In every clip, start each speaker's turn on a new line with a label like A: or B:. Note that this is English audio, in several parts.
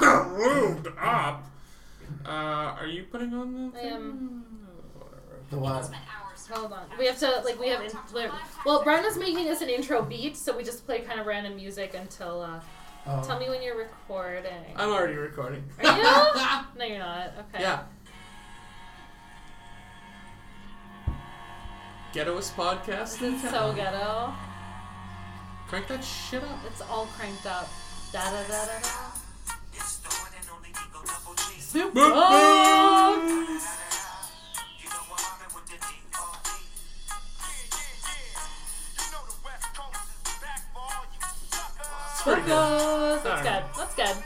A: lubed up. Uh, are you putting on the?
B: I am.
C: The what?
B: Hold on. We have to like we have. In, well, Brenda's making us an intro beat, so we just play kind of random music until. Uh,
C: Oh.
B: tell me when you're recording.
A: I'm already recording.
B: Are you? no, you're not. Okay.
A: Oh. yeah. Ghettoist podcast.
B: It's so ghetto.
A: Crank that shit up.
B: It's all cranked up. Da da da da da.
A: Boop, boop. It's pretty good.
B: Goes. That's
A: Alright.
B: good. That's good.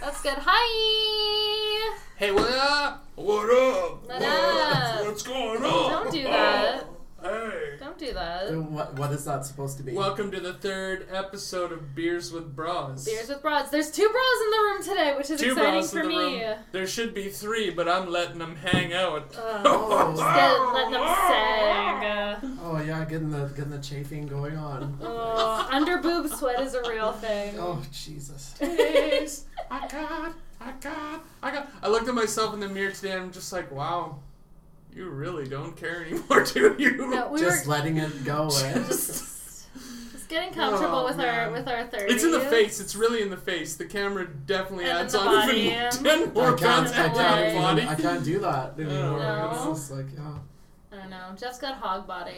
B: That's good. Hi.
A: Hey, what up? What up?
B: What up?
A: What's going on?
B: Don't do that.
A: Oh, hey.
B: Don't do that.
C: Uh, What, what is that supposed to be?
A: Welcome to the third episode of Beers with Bras.
B: Beers with bras. There's two bras in the room today, which is
A: Two
B: exciting
A: bras
B: for
A: in the
B: me.
A: room. There should be three, but I'm letting them hang out.
B: Uh, Get, letting them sag.
C: oh yeah, getting the getting the chafing going on.
B: Uh, under boob sweat is a real thing.
C: Oh Jesus.
A: Please. I got, I got, I got. I looked at myself in the mirror today and I'm just like, wow, you really don't care anymore, do you?
B: No, we
C: Just
B: were
C: letting it go. Eh?
B: just, just getting comfortable
A: Oh,
B: with
A: man.
B: our with our thirties.
A: It's in the face. It's really in the face. The camera definitely
B: And in
A: adds
B: the
A: on
B: body.
A: even ten
C: I
A: more pounds
C: can't, I,
A: onto
B: Contact
C: can't
A: that
B: with
C: even-
A: body.
C: I can't do that anymore.
B: No.
C: It's just like, yeah.
B: I don't know. Jeff's got hog body.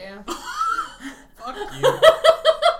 A: Fuck you.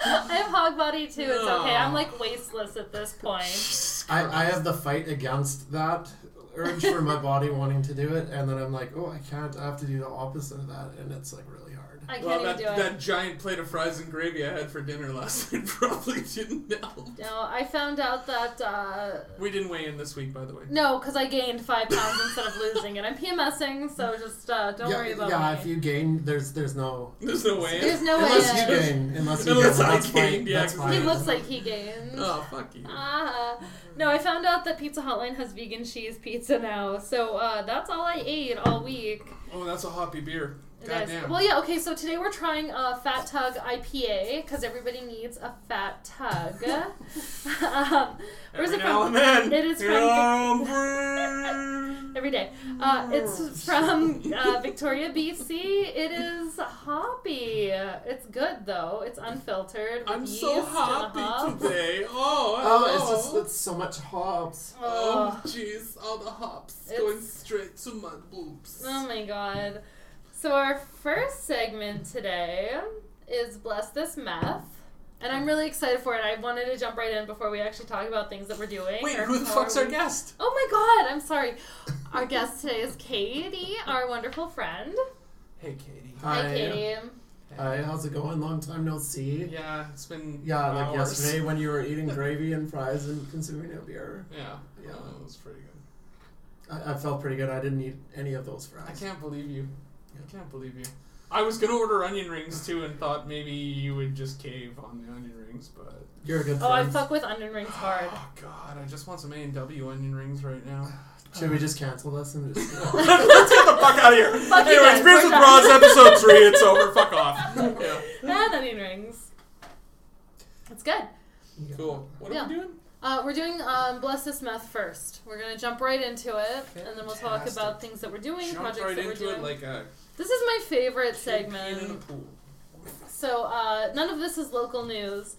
B: I have hog body too. It's
A: Oh.
B: okay. I'm like waistless at this point.
C: I, I have the fight against that urge for my body wanting to do it, and then I'm like, oh, I can't. I have to do the opposite of that, and it's like really hard.
B: I can't
A: Well,
B: even
A: that,
B: do it.
A: that giant plate of fries and gravy I had for dinner last night probably didn't help.
B: No, I found out that uh,
A: We didn't weigh in this week, by the way.
B: no, because I gained five pounds instead of losing, and I'm PMSing, so just uh, don't
C: yeah,
B: worry about
C: yeah.
B: me.
C: If you gain, there's there's no
A: There's no way in.
B: There's no way. in.
C: unless you gain, unless you
A: Unless
C: gain.
A: I
C: that's fine.
A: gain, yeah,
C: that's
A: 'cause
C: fine.
B: He looks like he gained.
A: Oh, fuck you.
B: Ah, no, I found out that Pizza Hotline has vegan cheese pizza now, so uh, that's all I ate all week.
A: Oh, that's a hoppy beer.
B: It is-
A: Goddamn.
B: Well, yeah, okay, so today we're trying a Fat Tug IPA because everybody needs a Fat Tug. um, where's
A: Every
B: it
A: now and
B: from?
A: then.
B: It is from.
A: from.
B: Every day. Uh,
A: Oh,
B: it's from uh, Victoria, BC. It is hoppy. It's good though. It's unfiltered. With
A: I'm
B: yeast
A: so
B: and hop.
A: hoppy today. Oh,
C: Oh, it's
A: hello.
C: just it's so much hops.
A: Oh,
B: Oh.
A: jeez. All the hops
B: It's-
A: going straight to my boobs.
B: Oh my god. So our first segment today is Bless This Meth. And I'm really excited for it. I wanted to jump right in before we actually talk about things that we're doing.
A: Wait,
B: or
A: who the
B: how
A: fuck's
B: are
A: our
B: we-
A: guest?
B: Oh my god, I'm sorry. Our guest today is Katie, our wonderful friend.
A: Hey, Katie.
B: Hi,
C: Hi.
B: Katie.
C: Hi, how's it going? Long time no see.
A: Yeah, it's been.
C: Yeah, like
A: hours.
C: yesterday when you were eating gravy and fries and consuming a beer.
A: Yeah,
C: Yeah.
A: well, that was pretty good.
C: I, I felt pretty good. I didn't eat any of those fries.
A: I can't believe you. I can't believe you. I was gonna order onion rings too, and thought maybe you would just cave on the onion rings, but
C: You're a good
B: Oh, I
C: friend.
B: fuck with onion rings hard.
A: oh god, I just want some A and W onion rings right now.
C: Should we just cancel this and just
A: Let's get the fuck out of here.
B: Fuck you guys, we're done.
A: episode three. It's over. Fuck off. Yeah.
B: Not onion rings. That's good.
A: Cool. What are
B: Yeah.
A: we doing?
B: Uh, we're doing um, Bless This Meth first. We're going to jump right into it, and then we'll talk
A: Fantastic.
B: about things that we're doing,
A: Jump
B: projects
A: right
B: that we're
A: into
B: doing.
A: it like a
B: this is my favorite
A: kid in a
B: segment.
A: pool.
B: So, uh, none of this is local news,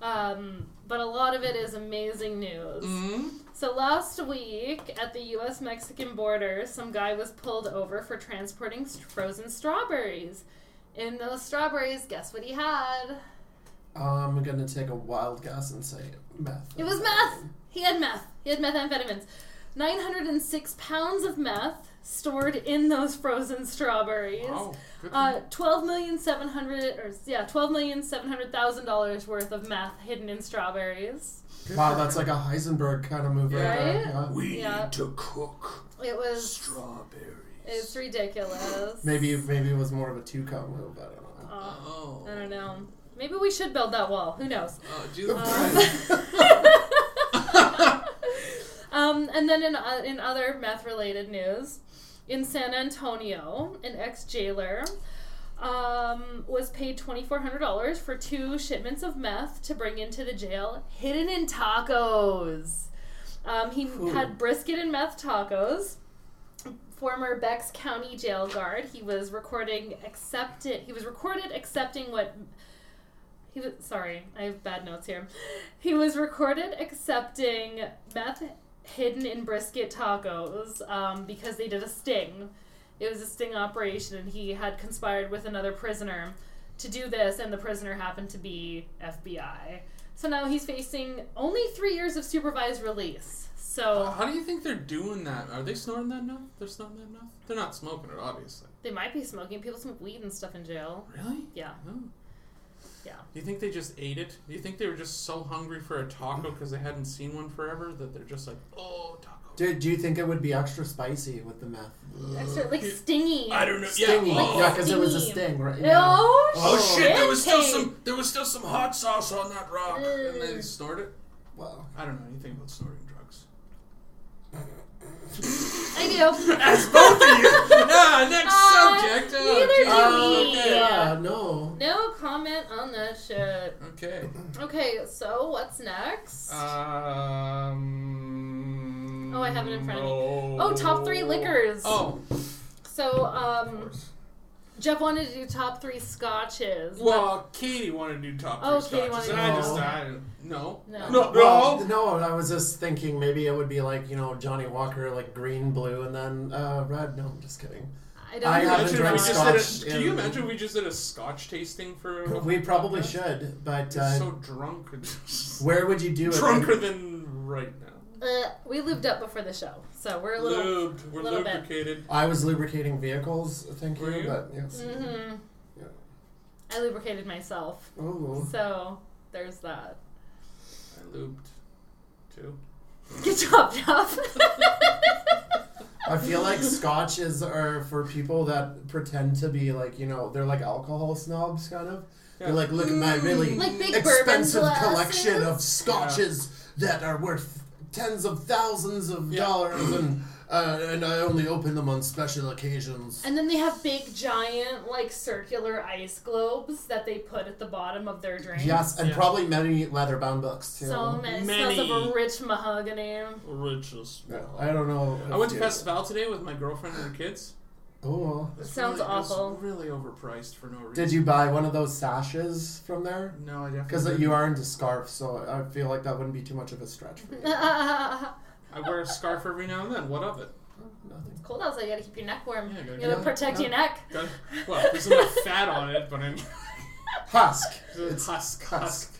B: um, but a lot of it is amazing news.
A: Mm-hmm.
B: So, last week at the US Mexican border, some guy was pulled over for transporting st- frozen strawberries. In those strawberries, guess what he had?
C: I'm gonna take a wild guess and say meth.
B: It was meth. He had meth. He had methamphetamines. 906 pounds of meth stored in those frozen strawberries.
A: Wow. Oh, Good for
B: Uh,
A: you.
B: twelve million seven hundred, or yeah, twelve million seven hundred thousand dollars worth of meth hidden in strawberries.
A: Good
C: Wow,
A: for
C: that's
A: you.
C: like a Heisenberg kind of move right, there.
B: Right?
C: yeah.
A: we
B: Yeah.
A: need to cook
B: It was,
A: strawberries.
B: it's ridiculous.
C: Maybe maybe it was more of a two count move. I don't know.
B: Oh,
A: Oh.
B: I don't know. Maybe we should build that wall. Who knows?
A: Oh, Jesus
B: Um,
A: Christ.
B: um, and then in, uh, in other meth related news, in San Antonio, an ex jailer um, was paid $2,400 for two shipments of meth to bring into the jail hidden in tacos. Um, he
C: Ooh.
B: had brisket and meth tacos. Former Bex County jail guard. He was recording accepted. He was recorded accepting what. He was sorry. I have bad notes here. He was recorded accepting meth hidden in brisket tacos um, because they did a sting. It was a sting operation, and he had conspired with another prisoner to do this, and the prisoner happened to be FBI. So now he's facing only three years of supervised release.
A: Uh,
B: So
A: how do you think they're doing that? Are they snorting that enough? They're snorting that enough? They're not smoking it, obviously.
B: they might be smoking. People smoke weed and stuff in jail.
A: Really?
B: Yeah.
A: No.
B: Yeah.
A: Do you think they just ate it? Do you think they were just so hungry for a taco because they hadn't seen one forever that they're just like, oh, taco.
C: Do, do you think it would be extra spicy with the meth?
B: Extra, like stingy.
A: I don't know.
C: Stingy.
A: Yeah. Oh.
C: Yeah, because it was a
B: Stingy.
C: sting, right? Yeah.
B: Oh,
A: Oh, shit! There was still
B: Kate.
A: some. There was still some hot sauce on that rock, and they
B: Ugh.
A: snort it.
C: Well,
A: I don't know anything about snorting drugs.
B: I do.
A: As both of you. ah, next
B: Uh,
A: subject. Oh,
B: neither do
A: geez.
B: we.
A: Okay.
C: yeah, no.
B: No comment on that shit.
A: Okay.
B: Okay, so what's next?
A: Uh, Um.
B: Oh, I have it in front of me.
A: no.
B: Oh, top three liquors.
A: Oh,
B: so
A: of
B: um,
A: course.
B: Jeff wanted to do top three scotches.
A: Well, Katie wanted to do top three
B: Oh, Katie
A: scotches,
B: wanted
A: and
C: to
A: I
C: do-
A: just I didn't- no.
B: No.
A: No.
C: Well,
A: no.
C: no, I was just thinking maybe it would be like, you know, Johnny Walker, like green, blue, and then uh, red. No, I'm just kidding.
B: I don't
C: I
B: know. Uh,
A: Imagine
C: haven't
A: if we
C: drank
A: just did a-
C: scotch
A: Can you
C: in-
A: imagine if we just did a scotch tasting for? a-
C: We probably
A: podcast?
C: should, but
A: We're
C: uh,
A: so drunk. and-
C: where would you do it?
A: Drunker than right now.
B: Uh, we lubed up before the show, so we're a little.
A: Lubed. We're
B: little bit.
A: lubricated.
C: I was lubricating vehicles, thank you,
A: Were you?
C: but yes.
B: hmm
C: Yeah.
B: I lubricated myself,
C: Ooh.
B: so there's that.
A: I lubed too.
B: Good job, Jeff.
C: I feel like scotch is are for people that pretend to be like, you know, they're like alcohol snobs kind of.
A: Yeah.
C: They're like, look at my really
B: Mm, like big
C: expensive
B: bourbon
C: collection
B: glasses.
C: of scotches that are worth tens of thousands of
A: Yeah.
C: dollars and uh, and I only open them on special occasions.
B: And then they have big, giant, like circular ice globes that they put at the bottom of their drink.
C: Yes, and
A: Yeah.
C: probably many leather bound books too.
B: So many,
A: Many.
B: smells of a rich mahogany.
A: Richest.
C: Yeah, I don't know.
A: I
C: if
A: went to
C: you-
A: Festival today with my girlfriend and her kids.
C: Oh.
A: It's
B: Sounds
A: really, it's
B: awful.
A: really overpriced for no reason.
C: Did you buy one of those sashes from there?
A: No, I definitely.
C: Because
A: didn't.
C: you are into scarf, so I feel like that wouldn't be too much of a stretch for you.
A: I wear a scarf every now and then. What of it?
C: Nothing.
B: Cold outside, you gotta keep your neck warm.
A: Yeah, I gotta
B: you gotta
C: keep-
B: protect your neck.
A: Got, well, there's enough fat on it, but I'm
C: Husk.
A: it's husk, husk.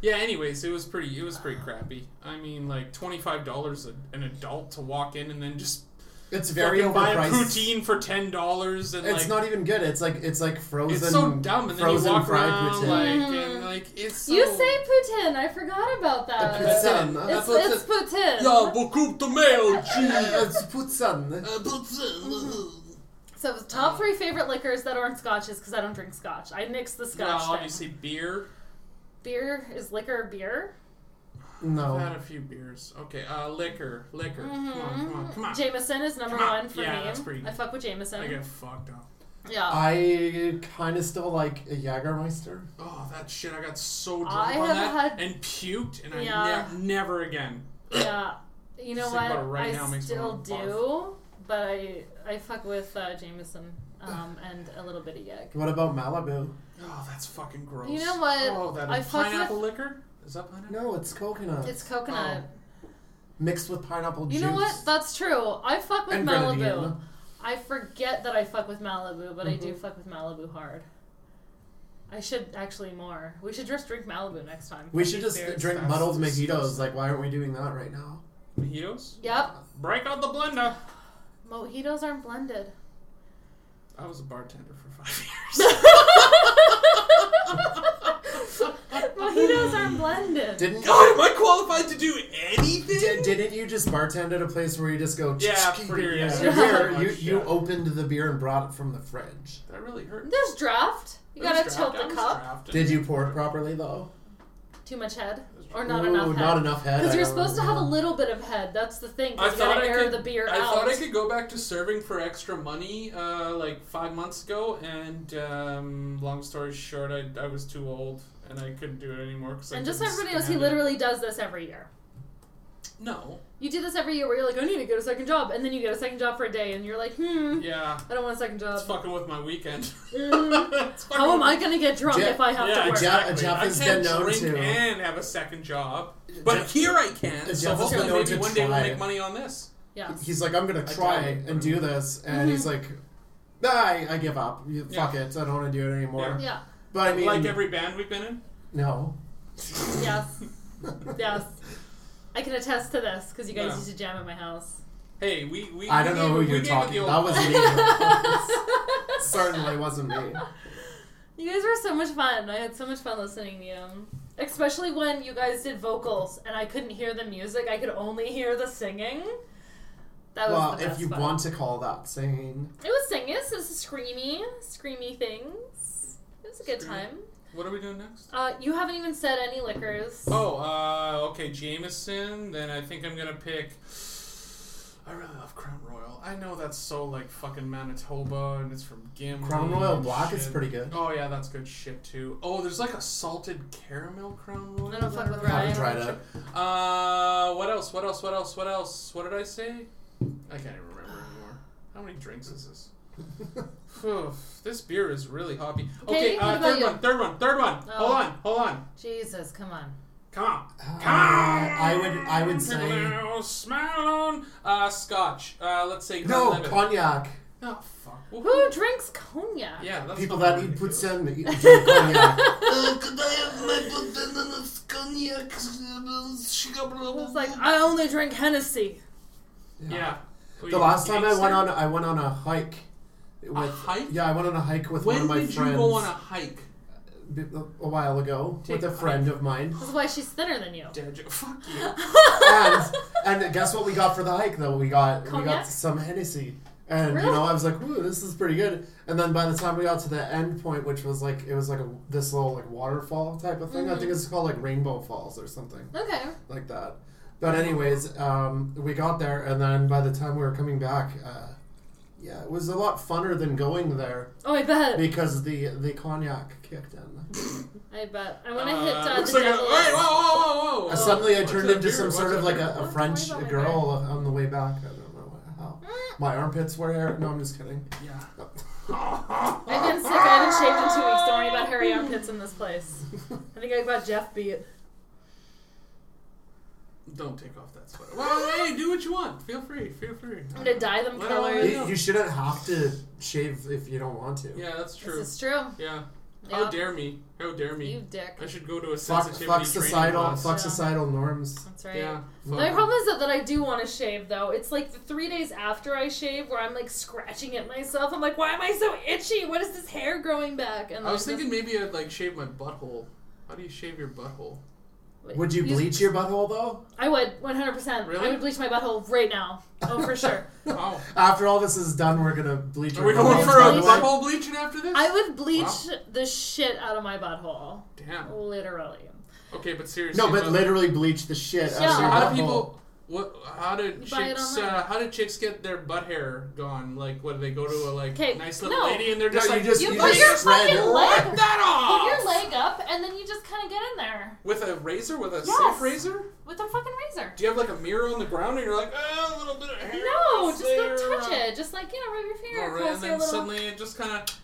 A: Yeah. Anyways, it was pretty. It was pretty crappy. I mean, like twenty five dollars an adult to walk in and then just
C: It's very
A: fucking buy a
C: overpriced.
A: poutine for ten dollars and
C: It's
A: like
C: not even good. It's like it's like frozen.
A: it's so dumb. And then you
C: frozen
A: walk
C: fried
A: around
C: poutine.
A: like
B: Mhm.
A: and like it's so,
B: You say Putin. I forgot about that.
C: The
A: That's
B: It's,
C: poutine.
A: it.
C: That's
A: That's what's
B: it's Putin.
A: beaucoup de mail,
C: Uh, it's poutine.
A: Uh,
B: So it was top three favorite liquors that aren't scotches because I don't drink scotch. I nix the
A: Now,
B: scotch thing.
A: obviously, beer.
B: Beer is liquor beer.
A: I've
C: No.
A: had a few beers. Okay, uh, liquor, liquor. Come
B: Mm-hmm.
A: on, come on, come on.
B: Jameson is number
A: Come on.
B: one for
A: Yeah,
B: me.
A: that's pretty good.
B: I fuck with Jameson.
A: I get fucked up.
B: Yeah.
C: I kind of still like a Jagermeister.
A: Oh, that shit! I got so drunk
B: I
A: on
B: have
A: that
B: had-
A: and puked, and
B: Yeah.
A: I ne- never again.
B: yeah. You know
A: Just
B: what?
A: think about it right
B: I
A: now, it makes me
B: still
A: wanna
B: do, but I I fuck with uh, Jameson um, and a little bit of Yeg.
C: What about Malibu?
A: Oh, that's fucking gross.
B: You know what?
A: Oh, that
B: I
A: is
B: fuck
A: pineapple
B: with-
A: liquor. Is that pineapple?
C: No, it's coconut
B: It's coconut.
A: Oh,
C: mixed with pineapple
B: you
C: juice.
B: know what? That's true. I fuck with
C: And
B: Malibu.
C: grenadine.
B: I forget that I fuck with Malibu, but I do
A: Mm-hmm.
C: Mhm.
B: fuck with Malibu hard. I should actually more. We should just drink Malibu next time.
C: We should just
A: There's
C: drink
A: that
C: muddled
A: stuff.
C: mojitos. Like, why aren't we doing that right now?
A: Mojitos.
B: Yep.
A: Break out the blender.
B: Mojitos aren't blended.
A: I was a bartender for five years.
B: Mojitos aren't blended.
C: Didn't
A: God, am I qualified to do anything?
C: Did, didn't you just bartend at a place where you just go?
A: Yeah,
C: "Tsk,
A: pretty
C: beer,
A: much,
C: beer."
A: yeah.
C: You, you
A: Yeah.
C: opened the beer and brought it from the fridge.
A: that really hurt.
B: There's draft. You
A: I
B: gotta
A: was
B: tilt
A: drafted.
B: the
A: I was
B: cup.
A: drafted.
C: Did you pour it properly though?
B: Too much head, or not
C: Ooh,
B: enough head.
C: Not enough head.
B: Because
C: I
B: you're
C: don't
B: supposed to have
C: remember.
B: a little bit of head. That's the thing. 'cause
A: I
B: you
A: thought
B: gotta
A: I
B: air
A: could.
B: the beer
A: I
B: out.
A: thought I could go back to serving for extra money, uh, like five months ago. And um, long story short, I, I was too old and I couldn't do it anymore. Cause I
B: and just so
A: couldn't
B: everybody knows, he
A: stand it.
B: literally does this every year.
A: No.
B: You do this every year where you're like, I need to get a second job, and then you get a second job for a day, and you're like, hmm,
A: Yeah.
B: I don't want a second job.
A: It's fucking with my weekend.
B: Mm.
A: It's fucking
B: Uh, How
A: with
B: am I gonna get drunk
C: Yeah.
B: if I have
A: yeah,
B: to work?
C: Jeff-
A: exactly.
C: Jeff
A: I
C: has
A: can't
C: been known
A: drink
C: to-
A: and have a second job, but
C: Jeff-
A: here I can.
C: Jeff
A: so
C: has
A: hopefully,
C: been known
A: maybe
C: to
A: one day we'll
C: try
A: make
C: it.
A: money on this.
B: Yes.
C: He's like, I'm gonna
A: I
C: try
A: doubt it.
C: and do this,
A: Mm-hmm.
C: and he's like, Nah, I, I give up. You-
A: Yeah.
C: Fuck it, I don't want to do it anymore.
B: Yeah.
C: But I mean,
A: like every band we've been in.
C: no.
B: Yes. Yes. I can attest to this because you guys
A: Yeah.
B: used to jam at my house.
A: Hey, we we.
C: I
A: we
C: don't know
A: gave-
C: who
A: we
C: you're
A: gave it
C: talking.
A: the old-
C: That was me. Certainly wasn't me.
B: You guys were so much fun. I had so much fun listening to you. Especially when you guys did vocals and I couldn't hear the music, I could only hear the singing. That was
C: Well,
B: the best
C: if you
B: fun.
C: want to call that singing,
B: It was singing, so it was screamy, screamy things. It was a good
A: Screamy.
B: time.
A: What are we doing next?
B: Uh, you haven't even said any liquors.
A: Oh, uh, okay, Jameson. Then I think I'm gonna pick. I really love Crown Royal. I know that's so like fucking Manitoba, and it's from Gimli.
C: Crown Royal
A: and
C: Black
A: shit.
C: is pretty good.
A: Oh yeah, that's good shit too. Oh, there's like a salted caramel Crown Royal.
B: I don't fuck with
A: that I
B: Ryan.
C: haven't
A: remember.
C: tried it.
A: Uh, what else? What else? What else? What else? What did I say? I can't even remember anymore. How many drinks is this? Phew, this beer is really hoppy. Okay,
B: Okay, what
A: uh,
B: about
A: third
B: you?
A: one, third one, third one.
B: Oh.
A: Hold on, hold on.
B: Jesus, come on.
A: Come on. Come
C: Uh,
A: on.
C: I would I would say
A: Hello, smile on. Uh, scotch. Uh, let's say.
C: no
A: lemon.
C: cognac.
A: Oh, fuck. Well,
B: Who drinks cognac?
A: Yeah, that's
C: People
A: not
C: that eat
A: ridiculous.
C: poutine eat drink cognac.
D: Uh, could I have my banana cognac?
B: It's like uh, I only drink Hennessy.
A: Yeah. Well,
C: The
A: you
C: last time I
A: gangster?
C: went on I went on a hike. With,
A: hike?
C: Yeah, I went on a hike with
A: When
C: one of my
A: did
C: friends
A: you go on a hike?
C: b- a while ago
A: Take
C: with a friend of mine.
B: That's why she's thinner than you.
A: Dad, jo- fuck you.
C: and and guess what we got for the hike though? We got we
B: Cognac?
C: got some Hennessy. And
B: Really?
C: you know, I was like, "Ooh, this is pretty good." And then by the time we got to the end point, which was like it was like a, this little like waterfall type of thing. I
B: Mm-hmm.
C: think it's called like Rainbow Falls or something
B: Okay.
C: like that. But anyways, um, we got there, and then by the time we were coming back, uh, yeah, it was a lot funner than going there
B: Oh, I bet.
C: because the the cognac kicked in.
B: I bet. I want to
A: Uh,
B: hit uh,
A: looks
B: the
A: like a-
B: devil.
A: Wait, whoa, whoa, whoa, whoa, whoa.
C: Uh, suddenly, I
A: What's
C: turned
A: that
C: into
A: beer?
C: some
A: What's
C: sort
A: that
C: of like
A: beer?
C: a, a
B: Don't
C: French
B: worry about my
C: girl on the way back. I don't know how. My armpits were hair. No, I'm just kidding.
A: Yeah.
B: I've been sick. I haven't shaved in two weeks. Don't worry about hairy armpits in this place. I think I got Jeff beat.
A: Don't take off that sweater. Well, hey, do what you want. Feel free. Feel free.
B: I'm gonna dye them
A: Well,
B: colors.
A: yeah.
C: You, you shouldn't have to shave if you don't want to.
A: Yeah, that's
B: This
A: true.
B: is true.
A: Yeah.
B: Yeah.
A: How dare me? How dare me?
B: You dick.
A: I should go to a
C: Fuck,
A: sensitivity
C: fuck
A: training
C: societal,
A: class.
C: fuck
B: Yeah.
C: societal norms.
B: That's right.
A: Yeah.
B: My
A: fuck.
B: problem is that, that I do want to shave though. It's like the three days after I shave where I'm like scratching at myself. I'm like, why am I so itchy? What is this hair growing back? And
A: I was
B: then
A: thinking maybe I'd like shave my butthole. How do you shave your butthole?
B: just-
C: Would you
B: Use-
C: bleach your butthole though?
B: I would, 100%. I
A: Really?
B: would bleach my butthole right now. Oh, for sure.
A: Wow.
C: After all this is done, we're gonna bleach.
A: Are
C: our
A: we going
C: buttholes,
A: for a
C: by the way.
A: butthole bleaching after this?
B: I would bleach
A: Wow.
B: the shit out of my butthole.
A: Damn.
B: Literally.
A: Okay, but seriously.
C: No, but
A: about-
C: literally bleach the shit out
A: So
B: Yeah.
C: of your
A: how
C: butthole.
A: do people? What? How do
B: You buy it
A: chicks?
B: online.
A: Uh, how do chicks get their butt hair gone? Like, what do they go to a like
B: 'Kay,
A: nice little
B: no.
A: lady and they're
C: No,
A: just
C: you
A: like,
C: just-
B: You
C: you
B: put
C: just
B: your
C: shred
B: fucking
C: it.
B: leg,
A: "Fuck that
B: put
A: off
B: your leg up, and then you just kind of get in there
A: with a razor, with a
B: Yes.
A: safe razor.
B: with a fucking razor.
A: Do you have like a mirror on the ground and you're like, ah, a little bit of hair?
B: No,
A: is
B: just go
A: there,
B: touch
A: uh,
B: it. Just like, you know, rub your
A: all
B: finger
A: right,
B: across
A: and
B: your
A: then
B: little.
A: suddenly it just kind of.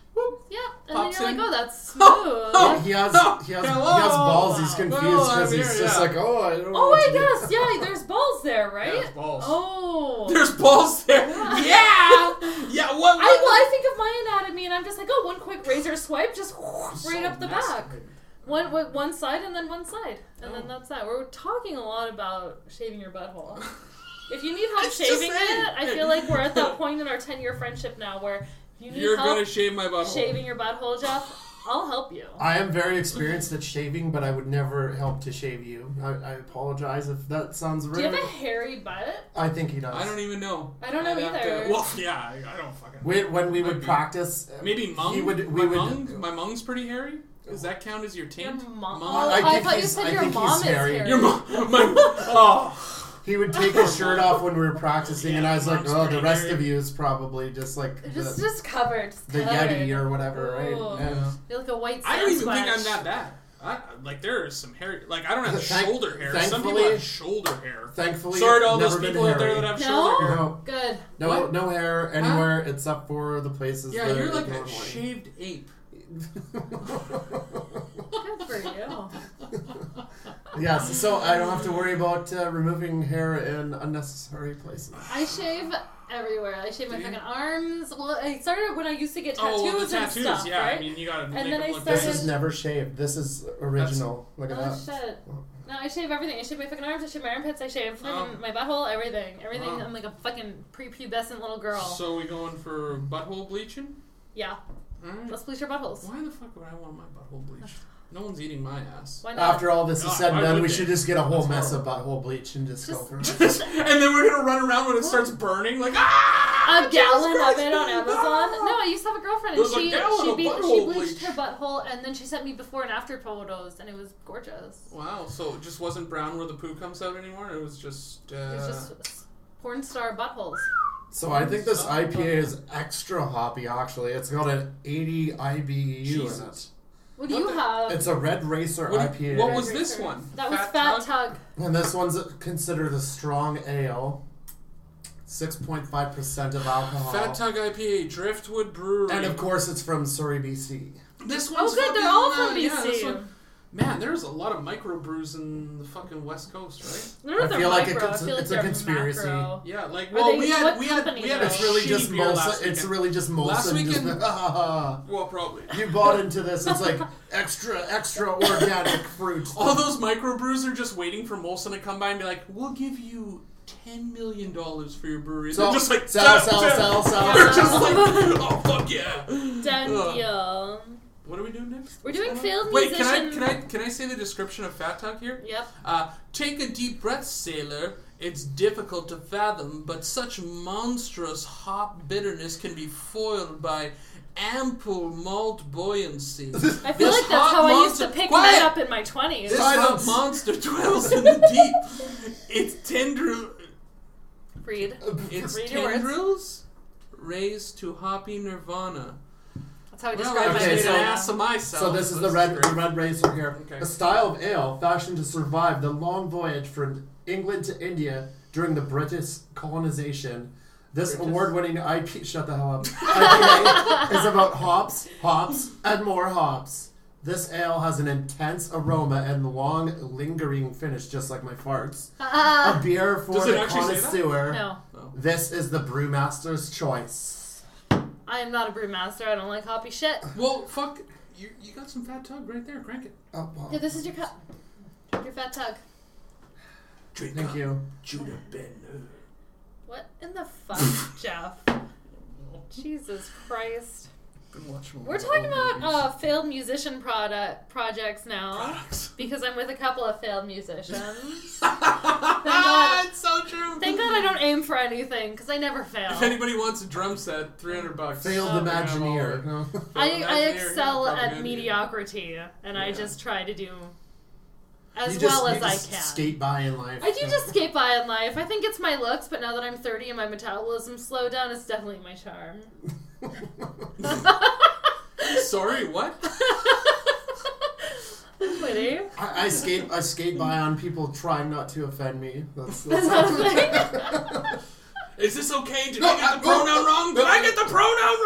B: yeah, and then
A: pops
B: you're
A: in.
B: like, oh, that's smooth.
C: He has he has, he has balls. He's confused
A: Well, I'm
C: because he's
A: here,
C: just
A: yeah.
C: like, oh, I don't. know
B: Oh,
C: what
B: I
C: to do."
B: guess. Yeah, there's balls there,
A: Yeah,
B: right?
A: there's balls.
B: Oh.
A: There's balls there. Yeah. yeah. What?
B: I, well, I think of my anatomy, and I'm just like, oh, one quick razor swipe, just
A: So
B: right up the back.
A: masturbated.
B: One wi- one side and then one side, and then
A: Oh.
B: that's that. We're talking a lot about shaving your butthole. If you need help
A: It's just
B: shaving
A: saying.
B: it, I feel like we're at that point in our ten year friendship now where if you need
A: You're
B: help
A: gonna shave my butthole.
B: shaving your butthole, Jeff. I'll help you.
C: I am very experienced at shaving, but I would never help to shave you. I, I apologize if that sounds
B: Do you have
C: rude.
B: a hairy butt?
C: I think he does.
A: I don't e- even know.
B: I don't know
A: I'd have to-
B: either.
A: well, yeah, I, I don't fucking.
C: We, when we would
A: Maybe.
C: practice, uh,
A: Maybe mung.
C: He would. We
A: my
C: would.
A: mung. My mung's pretty hairy. Does that count as your taint?
B: Your mom.
A: Mom.
B: Oh,
A: I
B: I,
C: think
B: thought you
C: he's-
B: said
C: I
B: your
C: think he's
B: mom is
C: hairy.
B: hairy.
A: Your mung. My, oh,
C: He would take his shirt off when we were practicing, and I was like,
A: Yeah,
C: "Oh,
A: I'm
C: the rest
A: sorry.
C: of you is probably just like
B: Just
C: the,
B: just covered. Just
C: the
B: covered.
C: Yeti or whatever, right?"
B: Ooh.
C: And
B: You're like a white.
A: I don't even
B: Sasquatch.
A: think I'm that bad. I, like there is some hair. Like I don't have
C: Thank-
A: shoulder hair. Some people
C: thankfully-
A: have shoulder hair.
C: Thankfully,
A: Sorry to all
C: never
A: those
C: been
A: people out there
C: hairy.
A: that have
B: No?
A: shoulder hair.
C: No,
B: Good.
C: no,
A: What?
C: no hair anywhere except for the places.
A: Yeah,
C: that
A: you're
C: it
A: like a
C: normally-
A: shaved ape.
B: Good for you.
C: yes, so I don't have to worry about uh, removing hair in unnecessary places.
B: I shave everywhere. I shave my
A: Do you?
B: fucking arms. Well, I started when I used to get tattoos,
A: oh, well, the tattoos.
B: and stuff,
A: yeah,
B: right?
A: I mean you gotta make
B: then
A: it
B: I
A: look
B: started-
C: This
A: nice.
C: is never shaved. This is original. Look at
B: oh
C: that.
B: shit. No, I shave everything. I shave my fucking arms. I shave my armpits. I shave fucking
A: Um,
B: my butthole. Everything. Everything.
A: Wow.
B: I'm like a fucking prepubescent little girl.
A: um, So we going for butthole bleaching?
B: yeah.
A: Alright.
B: Let's bleach your buttholes.
A: Why the fuck would I want my butthole bleached? No one's eating my ass.
B: Why not?
C: After all this is
A: God,
C: said and
A: Ah, why
C: done,
A: would
C: we
A: they?
C: should just get a whole
A: That's
C: mess of butthole bleach and just,
B: Just-
C: go through it.
A: and then we're gonna run around when it starts burning, like ah!
B: a gallon
A: Jesus
B: of it on
A: Christ,
B: Amazon.
A: ah!
B: No, I used to have a girlfriend, and
A: There's a
B: she
A: gallon
B: she,
A: of
B: be, she
A: butthole
B: bleached
A: bleach.
B: her butthole, and then she sent me before and after photos, and it was gorgeous.
A: Wow, so it just wasn't brown where the poo comes out anymore. It was just. Uh,
B: It was just s- porn star buttholes.
C: So I think this
A: Oh.
C: IPA is extra hoppy. Actually, it's got an 80 IBU E in it.
A: Jesus.
B: What do
A: What
B: you
A: the-
B: have?
C: It's a Red Racer
A: What, do you-
C: IPA.
A: what was this one?
B: that was Fat Tug.
C: And this one's considered a strong ale. 6.5% of alcohol.
A: Fat Tug IPA, Driftwood Brewery.
C: and of course, it's from Surrey, BC.
A: this one's
B: Oh, good,
A: fucking,
B: they're all
A: uh,
B: from BC.
A: Yeah, this one, man, there's a lot of microbrews in the fucking West Coast, right?
B: They're
C: I
B: the
C: feel like
B: micro,
C: it's-
B: I feel
C: it's a
B: they're
C: conspiracy.
B: macro.
A: Yeah, like well,
B: they-
A: we had
B: what
A: we had
B: company
A: we had
B: though?
A: a
C: It's really
A: shitty
C: just
A: beer last
C: Molson. It's
A: weekend.
C: really just
A: Last
C: Molson. Just
A: weekend-
C: like, ah, ha, ha,
A: well, probably.
C: ha. You bought into this. It's like extra, extra organic fruit.
A: All those microbrews are just waiting for Molson to come by and be like, "We'll give you ten million dollars for your brewery."
C: Sell-
A: They're just like,
C: sell,
A: "Done,
C: sell,
A: done."
C: sell, sell,
A: They're
B: sell.
A: just like, "Oh fuck yeah!"
B: Done
A: Ugh.
B: deal.
A: What are we doing next?
B: We're doing failed
A: Wait, can I
B: musician.
A: can I can I say the description of Fat Tuck here?
B: Yep.
A: Uh, take a deep breath, sailor. It's difficult to fathom, but such monstrous hop bitterness can be foiled by ample malt buoyancy.
B: I feel like that's how I used to pick men up in my twenties.
A: This
C: Silence.
A: hot monster dwells in the deep. Its tendril,
B: Read.
A: its
B: Read your words.
A: tendrils raise to hoppy nirvana.
B: That's how
A: Well,
B: I describe
A: I
B: my
A: just
C: Okay,
A: made
C: so-
A: an ass of myself.
C: So this is the
A: That's
C: red, the
A: great.
C: red racer here.
A: Okay.
C: A style of ale fashioned to survive the long voyage from England to India during the British colonization. This
A: British?
C: award-winning IP shut the hell up IPA is about hops, hops, and more hops. This ale has an intense aroma and long, lingering finish, just like my farts.
B: Uh,
C: a beer for
A: Does it
C: the
A: actually say that?
C: connoisseur.
B: no,
C: This is the brewmaster's choice.
B: I am not a brewmaster. I don't like hoppy shit.
A: Well, fuck. You, you got some fat tug right there. Crank it.
C: Oh, wow.
B: Yeah, this is your cup. Your fat tug.
A: Drink
C: Thank you.
A: Judah Ben.
B: What in the fuck, Jeff? Jesus Christ.
A: Been watching. a
B: We're
A: lot of
B: talking
A: old
B: about
A: movies.
B: uh, failed musician product projects now
A: Products.
B: because I'm with a couple of failed musicians.
A: Ah, it's so true.
B: Thank God I don't aim for anything because I never fail.
A: If anybody wants a drum set, three hundred bucks.
C: Failed
B: Oh,
C: Imagineer. No.
B: I, I
A: Imagineer,
B: excel
A: yeah,
B: at
A: propaganda.
B: mediocrity and I
A: Yeah.
B: just try to do as
C: You
B: well
C: you
B: as I
C: just
B: can.
C: Skate by in life.
B: I do just skate by in life. I think it's my looks, but now that I'm 30 and my metabolism slowed down, it's definitely my charm.
A: Sorry, what?
B: I'm witty.
C: I, I skate. I skate by on people trying not to offend me. That's,
B: Is
C: that's
B: that a thing?
A: Is this okay? Did
C: No,
A: I get
C: I-
A: the pronoun wrong? Did I get the pronoun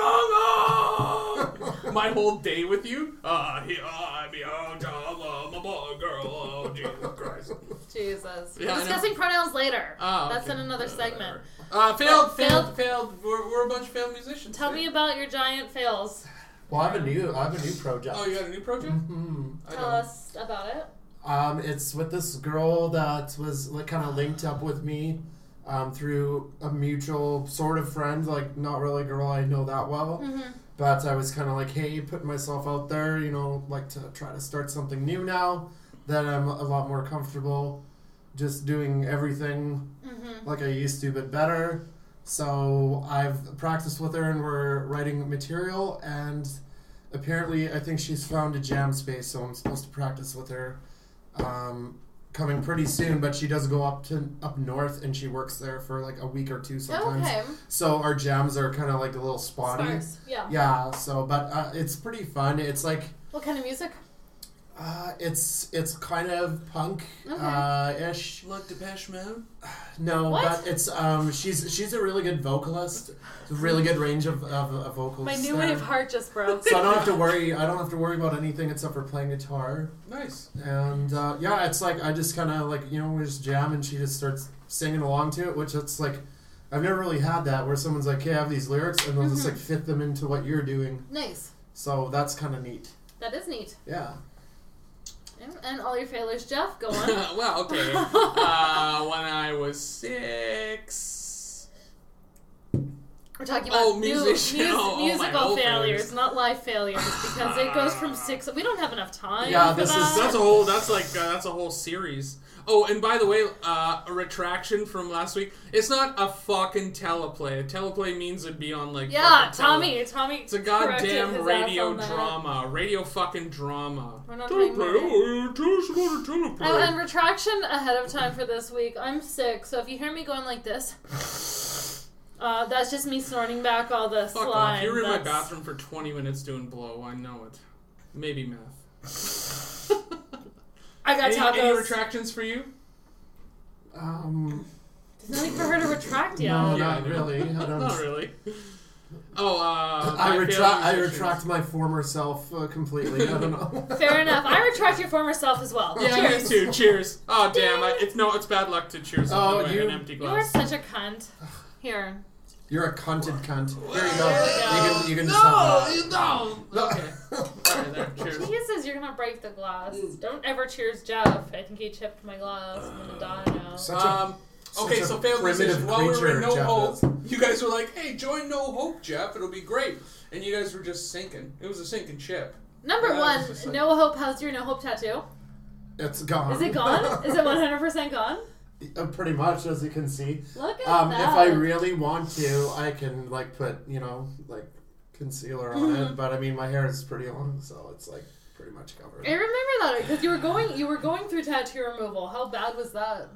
A: wrong? Oh! My whole day with you? Uh, he, uh, I mean, oh, dog, oh, my boy, girl, oh, Jesus Christ.
B: Jesus.
A: Yeah, I
B: We're
A: know.
B: discussing pronouns later.
A: Oh,
B: That's
A: okay.
B: in another segment.
A: Uh, failed, failed,
B: Failed.
A: failed. We're, we're a bunch of failed musicians.
B: Tell me about your giant fails.
C: well, I have a new. I have a new project.
A: Oh, you got a new project?
C: Hmm.
A: I
B: Tell us about it.
C: Um, it's with this girl that was like kind of linked up with me, um, through a mutual sort of friend. Like not really a girl I know that well,
B: Mm-hmm.
C: but I was kind of like, hey, putting myself out there. You know, like to try to start something new now that I'm a lot more comfortable, just doing everything like I used to, but better. So I've practiced with her, and we're writing material. And apparently, I think she's found a jam space, so I'm supposed to practice with her um, coming pretty soon. But she does go up to up north, and she works there for like a week or two sometimes.
B: Okay.
C: So our jams are kind of like a little spotty.
B: Sparks. Yeah.
C: Yeah. So, but uh, it's pretty fun. It's like
B: What kind of music?
C: Uh, it's it's kind of punk
B: Okay.
C: uh, ish.
A: Like Depeche Mode?
C: No,
B: What?
C: but it's um she's she's a really good vocalist. Really good range of of, of vocals.
B: My new
C: there.
B: wave heart just broke.
C: So I don't have to worry. I don't have to worry about anything except for playing guitar.
A: Nice.
C: And uh, yeah, it's like I just kind of like you know we just jam and she just starts singing along to it, which it's like I've never really had that where someone's like, "Hey, I have these lyrics," and they'll just
B: Mm-hmm.
C: like fit them into what you're doing.
B: nice.
C: So that's kind of neat.
B: That is neat.
C: Yeah.
B: And- And all your failures, Jeff. Go on.
A: well, okay. Uh, when I was six.
B: We're talking about
A: Oh,
B: new
A: musician.
B: mus-
A: Oh, oh, my
B: musical
A: old
B: failures,
A: failures.
B: not live failures, because it goes from six. We don't have enough time.
C: Yeah,
B: for
C: this is-
B: that.
A: That's a whole. That's like uh, that's a whole series. Oh, and by the way, uh, a retraction from last week. It's not a fucking teleplay. A teleplay means it'd be on like
B: Yeah,
A: fucking tele-
B: Tommy. Tommy.
A: It's a
B: corrected his
A: goddamn
B: ass
A: radio
B: on that.
A: drama. Radio fucking drama.
B: We're not doing
A: Teleplay.
B: that.
A: Oh, uh, tell us about a teleplay.
B: Oh, and retraction ahead of time for this week. I'm sick, so if you hear me going like this, uh, that's just me snorting back all the
A: Fuck
B: slime.
A: off. You were in my
B: that's-
A: bathroom for 20 minutes doing blow. I know it. Maybe math.
B: I got
A: Any,
B: tacos.
A: any retractions for you?
C: Um.
B: There's nothing for her to retract yet.
A: Yeah,
C: No,
A: I
C: not
A: know.
C: really. I don't.
A: Not really. Oh, uh.
C: I
A: my
C: retract.
A: failure
C: I
A: musicians.
C: retract my former self uh, completely. I don't know.
B: Fair enough. I retract your former self as well.
A: Yeah, me
B: Cheers.
A: too. Cheers. Oh, damn. I, it's no. It's bad luck to cheers
C: Oh,
A: with
C: you-
A: an empty
B: You are
A: glass.
B: such a cunt. Here.
C: You're a cunted cunt. There you go.
B: There we
C: You
B: go.
C: can. You can just
D: No,
C: have
D: you don't.
C: that.
A: Okay. Sorry, there. Cheers.
B: Jesus, you're gonna break the glass. Don't ever cheers Jeff. I think he chipped my glass. I'm gonna die now.
C: Such a
A: Um. Okay,
C: such a
A: so failed
C: primitive
A: musician. While we were in
C: creature,
A: No
C: Jeff
A: Hope,
C: is.
A: you guys were like, "Hey, join No Hope, Jeff. It'll be great." And you guys were just sinking. It was a sinking ship.
B: Number
A: Yeah,
B: one,
A: it's just like-
B: no hope. How's your no hope tattoo?
C: It's gone.
B: Is it gone? Is it 100% gone?
C: Uh, Pretty much, as you can see.
B: Look at
C: Um, if
B: that.
C: I really want to, I can like put you know like concealer on it. But I mean, my hair is pretty long, so it's like pretty much covered.
B: I remember that because you were going you were going through tattoo removal. How bad was that?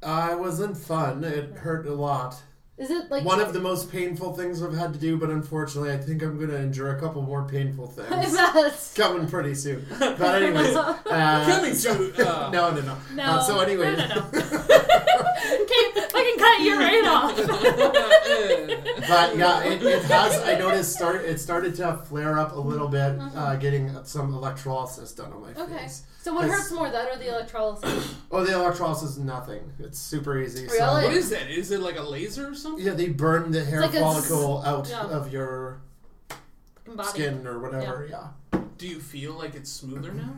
C: Uh, it wasn't fun. It hurt a lot.
B: Is it like
C: One of the most painful things I've had to do, but unfortunately, I think I'm gonna endure a couple more painful
B: I
C: things.
B: bet.
C: coming pretty soon. But anyways, uh,
A: Coming soon. Uh.
C: no, no, no.
B: No.
C: Uh, so anyway,
B: No, no, no. okay, fucking cut your right off.
A: uh,
C: but yeah, it, it has. I noticed start. It started to flare up a little bit, uh, getting some electrolysis done on my
B: Mm-hmm. Okay.
C: face.
B: So what
C: It's-
B: hurts more, that or the electrolysis?
C: Oh, the electrolysis is nothing. It's super easy.
B: Really?
C: So,
A: what is that? Is it like a laser or something?
C: yeah, they burn the hair
B: like a zzz-
C: follicle out
B: yeah.
C: of your
B: Fucking Body.
C: skin or whatever. Yeah.
A: Do you feel like it's smoother now?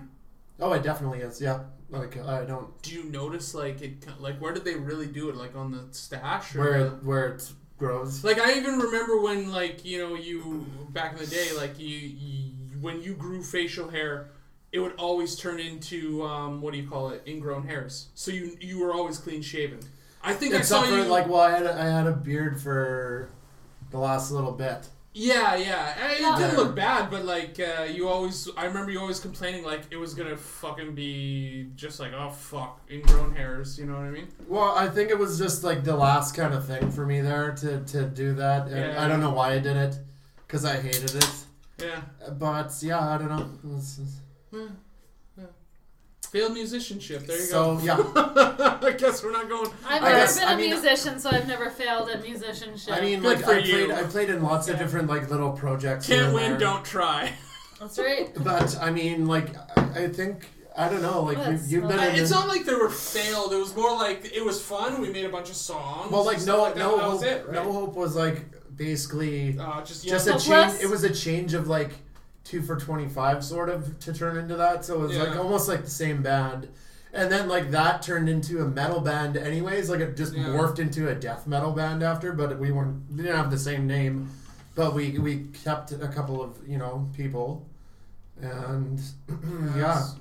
C: Oh, it definitely is. Yeah. Like I don't
A: Do you notice like it? Like where did they really do it? Like on the stash? Or
C: where it, where it grows.
A: Like I even remember when like you know you back in the day like you, you when you grew facial hair, it would always turn into um, what do you call it ingrown hairs. So you you were always clean shaven. I think I saw
C: Except for
A: you
C: like, well, I had a, I had a beard for the last little bit.
A: yeah yeah. I- It
B: Yeah.
A: didn't look bad, but like uh, you always I remember you always complaining like it was gonna fucking be just like oh fuck ingrown hairs. You know what I mean?
C: Well, I think it was just like the last kind of thing for me there to, to do that. And
A: Yeah.
C: I don't know why I did it because I hated it.
A: Yeah.
C: But yeah, I don't know. It's-
A: Failed musicianship. There you
C: so
A: go.
C: yeah,
A: I guess we're not going.
B: I've
C: I
B: never
C: guess-
B: been
C: I
B: a
C: mean-
B: musician, so I've never failed at musicianship.
C: I mean,
A: Good
C: like
A: for
C: I played,
A: you.
C: I played in lots of
A: Yeah.
C: different like little projects. here
A: Can't
C: and
A: win,
C: there.
A: don't try.
B: that's right.
C: But I mean, like I, I think I don't know. Like
B: Oh,
C: you've,
B: that
C: you've been
A: I,
C: in.
A: it's
C: the-
A: not like they were failed. It was more like it was fun. We made a bunch of songs.
C: well, like
A: and
C: no,
A: stuff that,
C: no
A: that
C: hope.
A: was it, right?
C: No hope was like basically
A: Uh, just yeah.
C: just a change.
B: Hopeless?
C: It was a change of like two for twenty five, sort of, to turn into that. So it was like
A: Yeah.
C: almost like the same band, and then like that turned into a metal band. Anyways, like it just
A: Yeah.
C: morphed into a death metal band after, but we weren't we didn't have the same name, but we we kept a couple of you know people, and yeah,
A: Yes.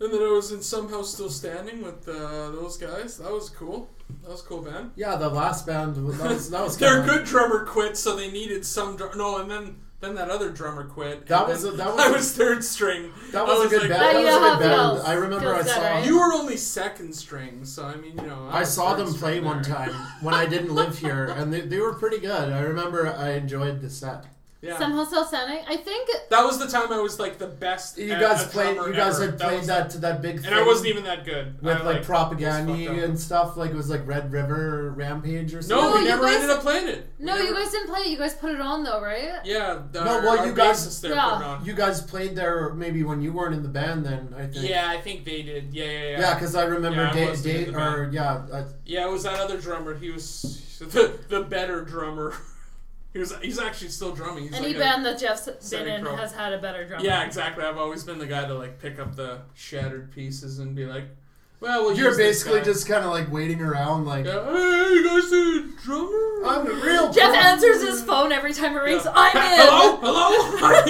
A: And then I was in somehow still standing with uh, those guys. That was cool. That was cool, man.
C: yeah, the last band was- that was that was
A: Their
C: kinda-
A: good drummer quit, so they needed some. Dr- no, and then then that other drummer quit.
C: That
A: and
C: was a-
A: then
C: that was
A: I
C: a-
A: was third string.
C: That
A: I
C: was, a good
A: like,
C: band.
B: Yeah,
C: That
B: you
C: was a
B: know how
C: good
B: it
C: band.
B: feels.
C: I remember I
B: Feels
C: saw.
B: good, right?
A: You were only second string, so I mean, you know.
C: I
A: was
C: saw
A: third
C: them
A: string
C: play one
A: there.
C: time when I didn't live here, and they, they were pretty good. I remember I enjoyed the set.
A: Yeah.
B: Somehow still sounding. I think
A: that was the time I was like the best.
C: You
A: at
C: guys
A: a
C: played.
A: drummer
C: You guys
A: ever.
C: had played
A: was-
C: that to that big.
A: and I
C: thing
A: wasn't even that good.
C: with
A: I,
C: like, propaganda
A: was fucked up.
C: and stuff. Like it was like Red River Rampage or
A: No,
B: No,
A: we
B: you
C: something.
A: never
B: guys-
A: ended up playing it. We
B: no,
A: never,
B: you guys didn't play it. You guys put it on though, right?
A: Yeah. The,
C: No, well,
A: our
C: you guys-
A: bassist there
B: Yeah.
A: put it on.
C: you guys played there maybe when you weren't in the band then. I think.
A: Yeah, I think they did. Yeah, yeah, yeah.
C: Yeah, because I remember
A: Yeah, I
C: date,
A: wasn't in
C: date
A: the band.
C: or yeah, uh,
A: Yeah, it was that other drummer. He was the the better drummer. He was he's actually still drumming. He's
B: Any
A: like a-
B: band that Jeff's been in
A: semi-pro.
B: has had a better drummer.
A: yeah, exactly. I've always been the guy to like pick up the shattered pieces and be like, "Well, we'll
C: you're
A: use this
C: basically
A: guy."
C: just kind of like waiting around, like
A: Yeah, hey, you guys need a drummer?
C: I'm the real.
B: Jeff
C: pro."
B: answers his phone every time it rings.
A: Yeah.
B: I'm in.
A: Hello, hello, I'm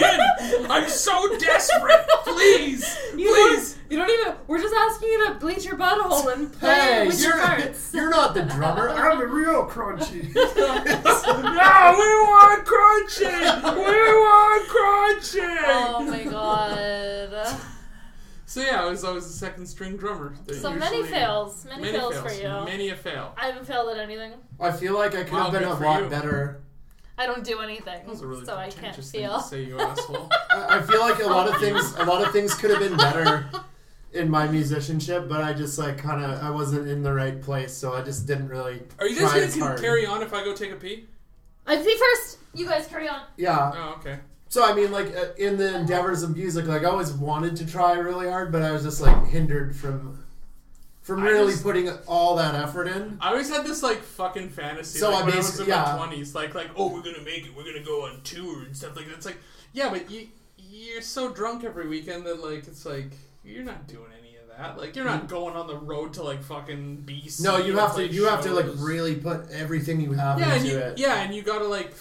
A: in. I'm so desperate. Please,
B: You
A: please.
B: Don't, you don't even. We're just asking you to bleach your butthole and play
C: Hey,
B: with your
C: you're,
B: parts.
C: you're not the drummer. I'm the real crunchy.
A: no, we want crunching. We want crunching.
B: Oh my god.
A: So yeah, I was always the second string drummer. They're
B: So many
A: usually-
B: fails. Many,
A: Many
B: fails, for you.
A: Many a fail.
B: I haven't failed at anything.
C: I feel like I could
A: Wow,
C: have been
A: good
C: a
A: for
C: lot
A: you.
C: better.
B: I don't do anything,
A: That was a really
B: so I can't
A: pretentious thing
B: feel.
A: to say, you asshole.
C: I I feel like a lot of things, a lot of things could have been better in my musicianship, but I just like kind of, I wasn't in the right place, so I just didn't really.
A: Are you
C: try
A: guys
C: as
A: gonna
C: hard.
A: carry on if I go take a pee?
B: I pee first. You guys carry on.
C: Yeah.
A: Oh, okay.
C: So I mean, like uh, in the endeavors of music, like I always wanted to try really hard, but I was just like hindered from, from
A: I
C: really
A: just-
C: putting all that effort in.
A: I always had this like fucking fantasy
C: So
A: like,
C: I
A: when I was in
C: basically-
A: my
C: yeah.
A: twenties, like like oh we're gonna make it, we're gonna go on tour and stuff like that. It's like yeah, but you you're so drunk every weekend that like it's like you're not doing any of that. Like you're not going on the road to like fucking BC.
C: Mm. No, you
A: and
C: have to,
A: play
C: you have to like
A: shows.
C: really put everything you have
A: yeah, and
C: into
A: you,
C: it.
A: yeah, and you gotta like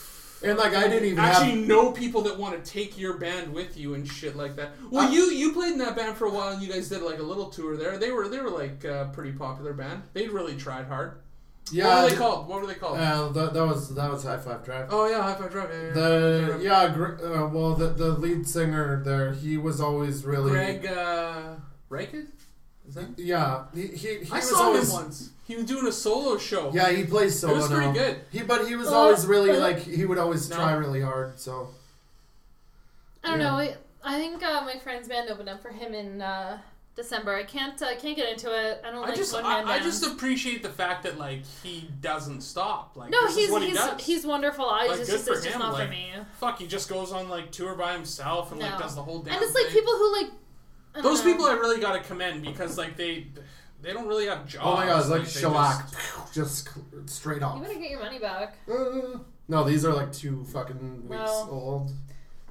C: And like I didn't even
A: actually
C: have.
A: know people that want to take your band with you and shit like that. Well,
C: I-
A: you you played in that band for a while, and you guys did like a little tour there. They were they were like a pretty popular band. They really tried hard.
C: Yeah.
A: what were they
C: th-
A: called? What were they called?
C: Uh, that, that was that was high five drive.
A: oh yeah, High Five Drive. Yeah, yeah, yeah.
C: The yeah, Gre- uh, well, the the lead singer there, he was always really
A: Greg uh, Rakin. Is that?
C: yeah. He he, he
A: I
C: was
A: saw
C: always
A: him once. He was doing a solo show.
C: yeah. He plays solo.
A: it was pretty
C: now.
A: good.
C: He but he was
B: Uh,
C: always really
B: uh,
C: like he would always
A: No.
C: try really hard. So
B: I don't
C: Yeah.
B: know. I, I think uh, my friend's band opened up for him in uh, December. I can't. Uh, can't get into it. I don't
A: I
B: like
A: just
B: one man
A: I, I just appreciate the fact that like he doesn't stop. Like
B: No,
A: this
B: he's
A: is what he
B: he's
A: does.
B: he's wonderful. I
A: Like,
B: just
A: good
B: it's
A: for
B: just
A: him,
B: not
A: like,
B: for me.
A: Fuck, he just goes on like tour by himself and
B: No.
A: like does the whole damn
B: And it's like
A: thing.
B: people who like. I don't
A: Those
B: know.
A: people I really gotta commend because like they they don't really have jobs.
C: oh my god, it's like
A: they
C: shellac,
A: just-
C: just cl- straight
B: You
C: off.
B: better get your money back.
C: Uh, no, these are like two fucking weeks
B: Well,
C: old.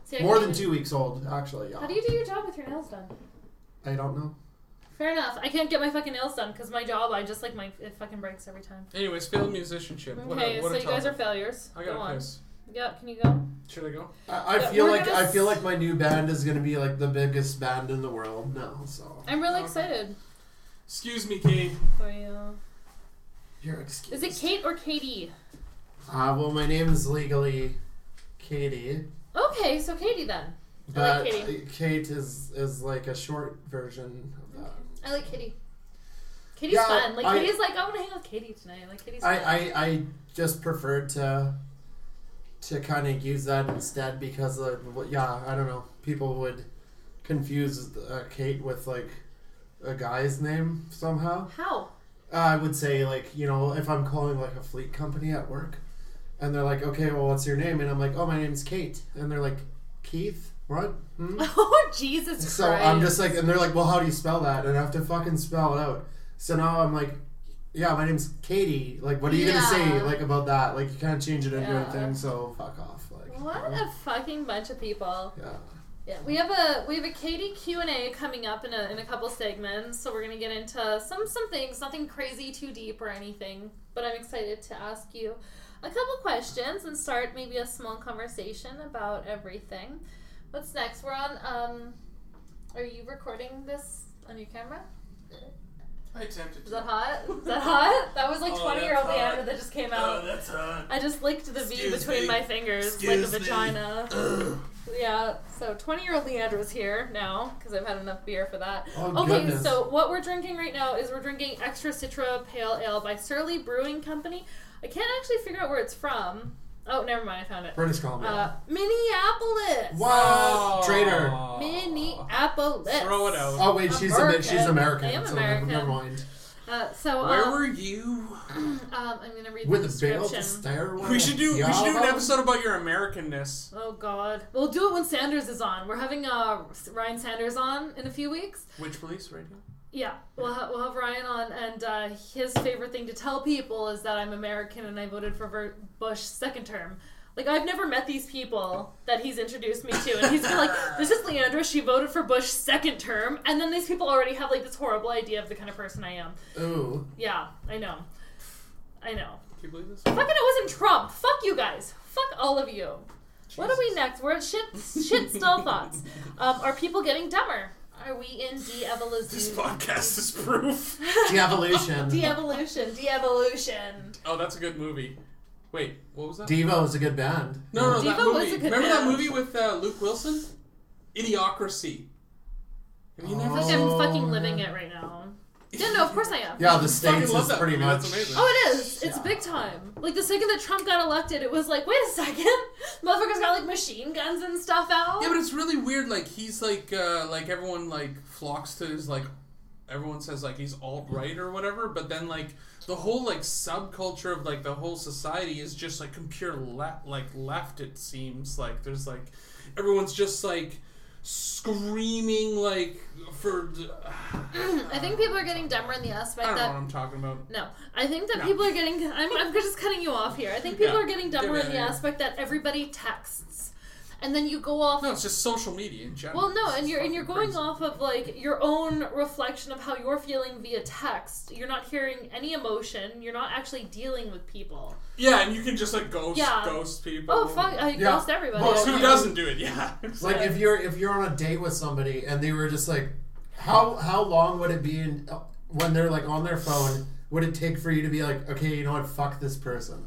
B: See, I
C: More
B: can't
C: than
B: even-
C: two weeks old, actually. Yeah.
B: How do you do your job with your nails done?
C: I don't know.
B: Fair enough. I can't get my fucking nails done because my job, I just like my it fucking breaks every time.
A: Anyways, failed musicianship.
B: Okay,
A: what a, what
B: so
A: a
B: you guys are
A: topic.
B: failures.
A: I
B: go
A: gotta
B: on.
A: piss.
B: Yeah, can you go?
A: Should I go?
C: I, I
B: Yeah,
C: feel
B: we're
C: like
B: gonna
C: I feel
B: s-
C: like my new band is gonna be like the biggest band in the world now. So
B: I'm really
A: Okay.
B: excited
A: Excuse me, Kate.
B: for you.
C: you're excused.
B: Is it Kate or Katie?
C: Uh, well, my name is legally Katie,
B: Okay, so Katie then.
C: but
B: Katie.
C: Kate is is like a short version of
B: Uh,
C: that.
B: I like Kitty. Katie's
C: Yeah,
B: fun. Like
C: I-
B: Katie's like I want to hang out with Katie tonight. Like Katie's fun.
C: I, I I just preferred to to kind of use that instead because of, well, yeah, I don't know, people would confuse uh, Kate with like a guy's name somehow.
B: How?
C: Uh, I would say like you know if I'm calling like a fleet company at work, and they're like, okay, well, what's your name? And I'm like, oh, my name's Kate, and they're like, Keith, what? Hmm?
B: Oh Jesus
C: So
B: Christ!
C: I'm just like, and they're like, well, how do you spell that? And I have to fucking spell it out. So now I'm like, yeah, my name's Katie. Like, what are you gonna say
B: Yeah.
C: like about that? Like, you can't change it into
B: Yeah.
C: anything. So fuck off. Like,
B: What a fucking bunch of people.
C: yeah.
B: Yeah, we have a we have a Katie Q and A coming up in a in a couple segments, so we're gonna get into some some things, nothing crazy too deep or anything. But I'm excited to ask you a couple questions and start maybe a small conversation about everything. What's next? We're on. Um, are you recording this on your camera?
A: I attempted
B: Is that hot? Is that hot? That was like
D: Oh,
B: 20 year old
D: that's hot.
B: Leander that just came
D: Oh,
B: out.
D: that's hot.
B: I just licked the V
D: Excuse
B: between
D: me.
B: my fingers
D: Excuse
B: like a
D: me.
B: vagina.
D: Ugh.
B: Yeah, so 20 year old Leandra's here now because I've had enough beer for that.
C: Oh,
B: okay,
C: goodness.
B: so what we're drinking right now is we're drinking Extra Citra Pale Ale by Surly Brewing Company. I can't actually figure out where it's from. Oh, never mind. I found it.
C: British Columbia.
B: Uh, Minneapolis.
C: what? Oh. Traitor.
B: Minneapolis.
A: Throw it out.
C: Oh wait, she's American. she's American.
B: I am
C: so
B: American.
C: Never, never mind.
B: Uh, so
A: Where
B: um,
A: were you?
B: um, I'm gonna read the
C: With a veil
B: description.
C: to stare.
A: We should do. We should do an episode about your Americanness.
B: Oh God! We'll do it when Sanders is on. We're having uh, Ryan Sanders on in a few weeks.
A: Which police radio?
B: Yeah, we'll, ha- we'll have Ryan on, and uh, his favorite thing to tell people is that I'm American and I voted for Ver- Bush second term. Like I've never met these people that he's introduced me to, and he's been like, "This is Leandra. She voted for Bush second term," and then these people already have like this horrible idea of the kind of person I am.
C: Ooh.
B: Yeah, I know, I know.
A: Can you believe this?
B: Fucking, it wasn't Trump. Fuck you guys. Fuck all of you. What are we next? We're at shit, shit still thoughts. Um, are people getting dumber? Are we in
A: This
B: de-evolution?
A: podcast is proof.
C: De-evolution.
B: De-evolution, de-evolution.
A: Oh, that's a good movie. Wait, what was that?
C: Devo is a good band.
A: no, no, that
B: Devo
A: movie.
B: was a good
A: Remember that
B: band.
A: movie with uh, Luke Wilson? Idiocracy. Have you never?
C: Oh.
B: Like I'm fucking living it right now. Yeah, no, of course I am.
C: Yeah, the
A: Fucking
C: states
A: love
C: is
A: that
C: pretty
A: movie.
C: much.
A: That's amazing.
B: Oh, it is. It's big time. Like the second that Trump got elected, it was like, wait a second, motherfuckers got like machine guns and stuff out.
A: Yeah, but it's really weird. Like he's like uh, like everyone like flocks to his like everyone says like he's alt right or whatever. But then like the whole like subculture of like the whole society is just like pure le- like left. It seems like there's like everyone's just like screaming like for
B: I think people are getting dumber in the
A: I
B: aspect
A: don't know
B: that
A: what I'm talking about.
B: No, I think that
A: No.
B: people are getting. I'm, I'm just cutting you off here. I think people
A: Yeah.
B: are getting dumber
A: Yeah,
B: in the
A: yeah, yeah.
B: aspect that everybody texts, and then you go off.
A: No, it's just social media in general.
B: Well, no,
A: It's
B: and you're and
A: fucking
B: you're going
A: crazy.
B: off of like your own reflection of how you're feeling via text. You're not hearing any emotion. You're not actually dealing with people.
A: Yeah, and you can just like ghost
B: Yeah.
A: ghost people.
B: Oh fuck! I
C: Yeah.
B: ghost everybody.
C: Well,
A: Who
C: Yeah.
A: doesn't do it? Yeah.
C: Like if you're if you're on a date with somebody and they were just like, how how long would it be in, when they're like on their phone? Would it take for you to be like, okay, you know what, fuck this person?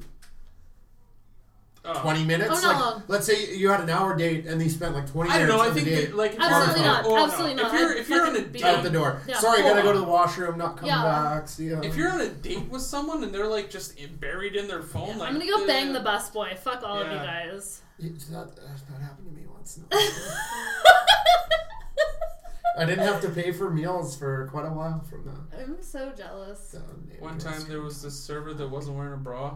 A: Oh.
C: Twenty minutes?
B: Oh, no.
C: Like, let's say you had an hour date and you spent like twenty
A: I don't
C: minutes
A: know. I
C: on
A: think
C: the date.
A: that, like if
B: Absolutely
A: you're,
B: not,
A: Oh, no.
B: absolutely not.
A: If you're
B: I'd
A: if you're on a
B: fucking be
A: date,
C: out the door.
B: Yeah.
C: Sorry, I gotta
A: Hold
C: go
A: on.
C: to the washroom. Not coming
B: Yeah.
C: back. See ya.
A: if you're on a date with someone and they're like just in- buried in their phone, like uh,
B: I'm gonna go bang the
A: butt.
B: busboy. Fuck all of you
A: Yeah.
B: guys.
C: You- that, that happened to me once. I didn't have to pay for meals for quite a while from that. uh,
B: I'm so jealous.
C: So, maybe
A: One
C: it was-
A: time there was this server that wasn't wearing a bra.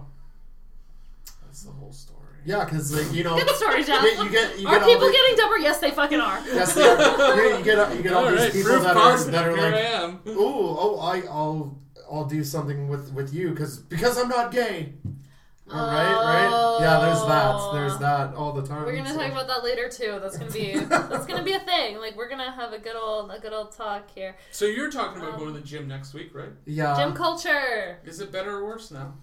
A: That's the whole story.
C: Yeah, because like you know,
B: Good story, Jeff.
C: you get you get, you
B: Are
C: get all
B: people
C: the,
B: getting dumber? Yes, they fucking are.
C: yes, they are. you get you get all, you get all,
A: All
C: these
A: right,
C: people
A: proof
C: that are
A: positive.
C: that are
A: Here I
C: like,
A: am.
C: oh, oh, I, I'll I'll do something with with you because because I'm not gay. All right, right? Yeah, there's that. There's that all the time.
B: Oh. We're gonna
C: so-
B: talk about that later too. That's gonna be that's gonna be a thing. Like we're gonna have a good old a good old talk here.
A: So you're talking about
B: Um,
A: going to the gym next week, right?
C: yeah.
B: Gym culture.
A: Is it better or worse now?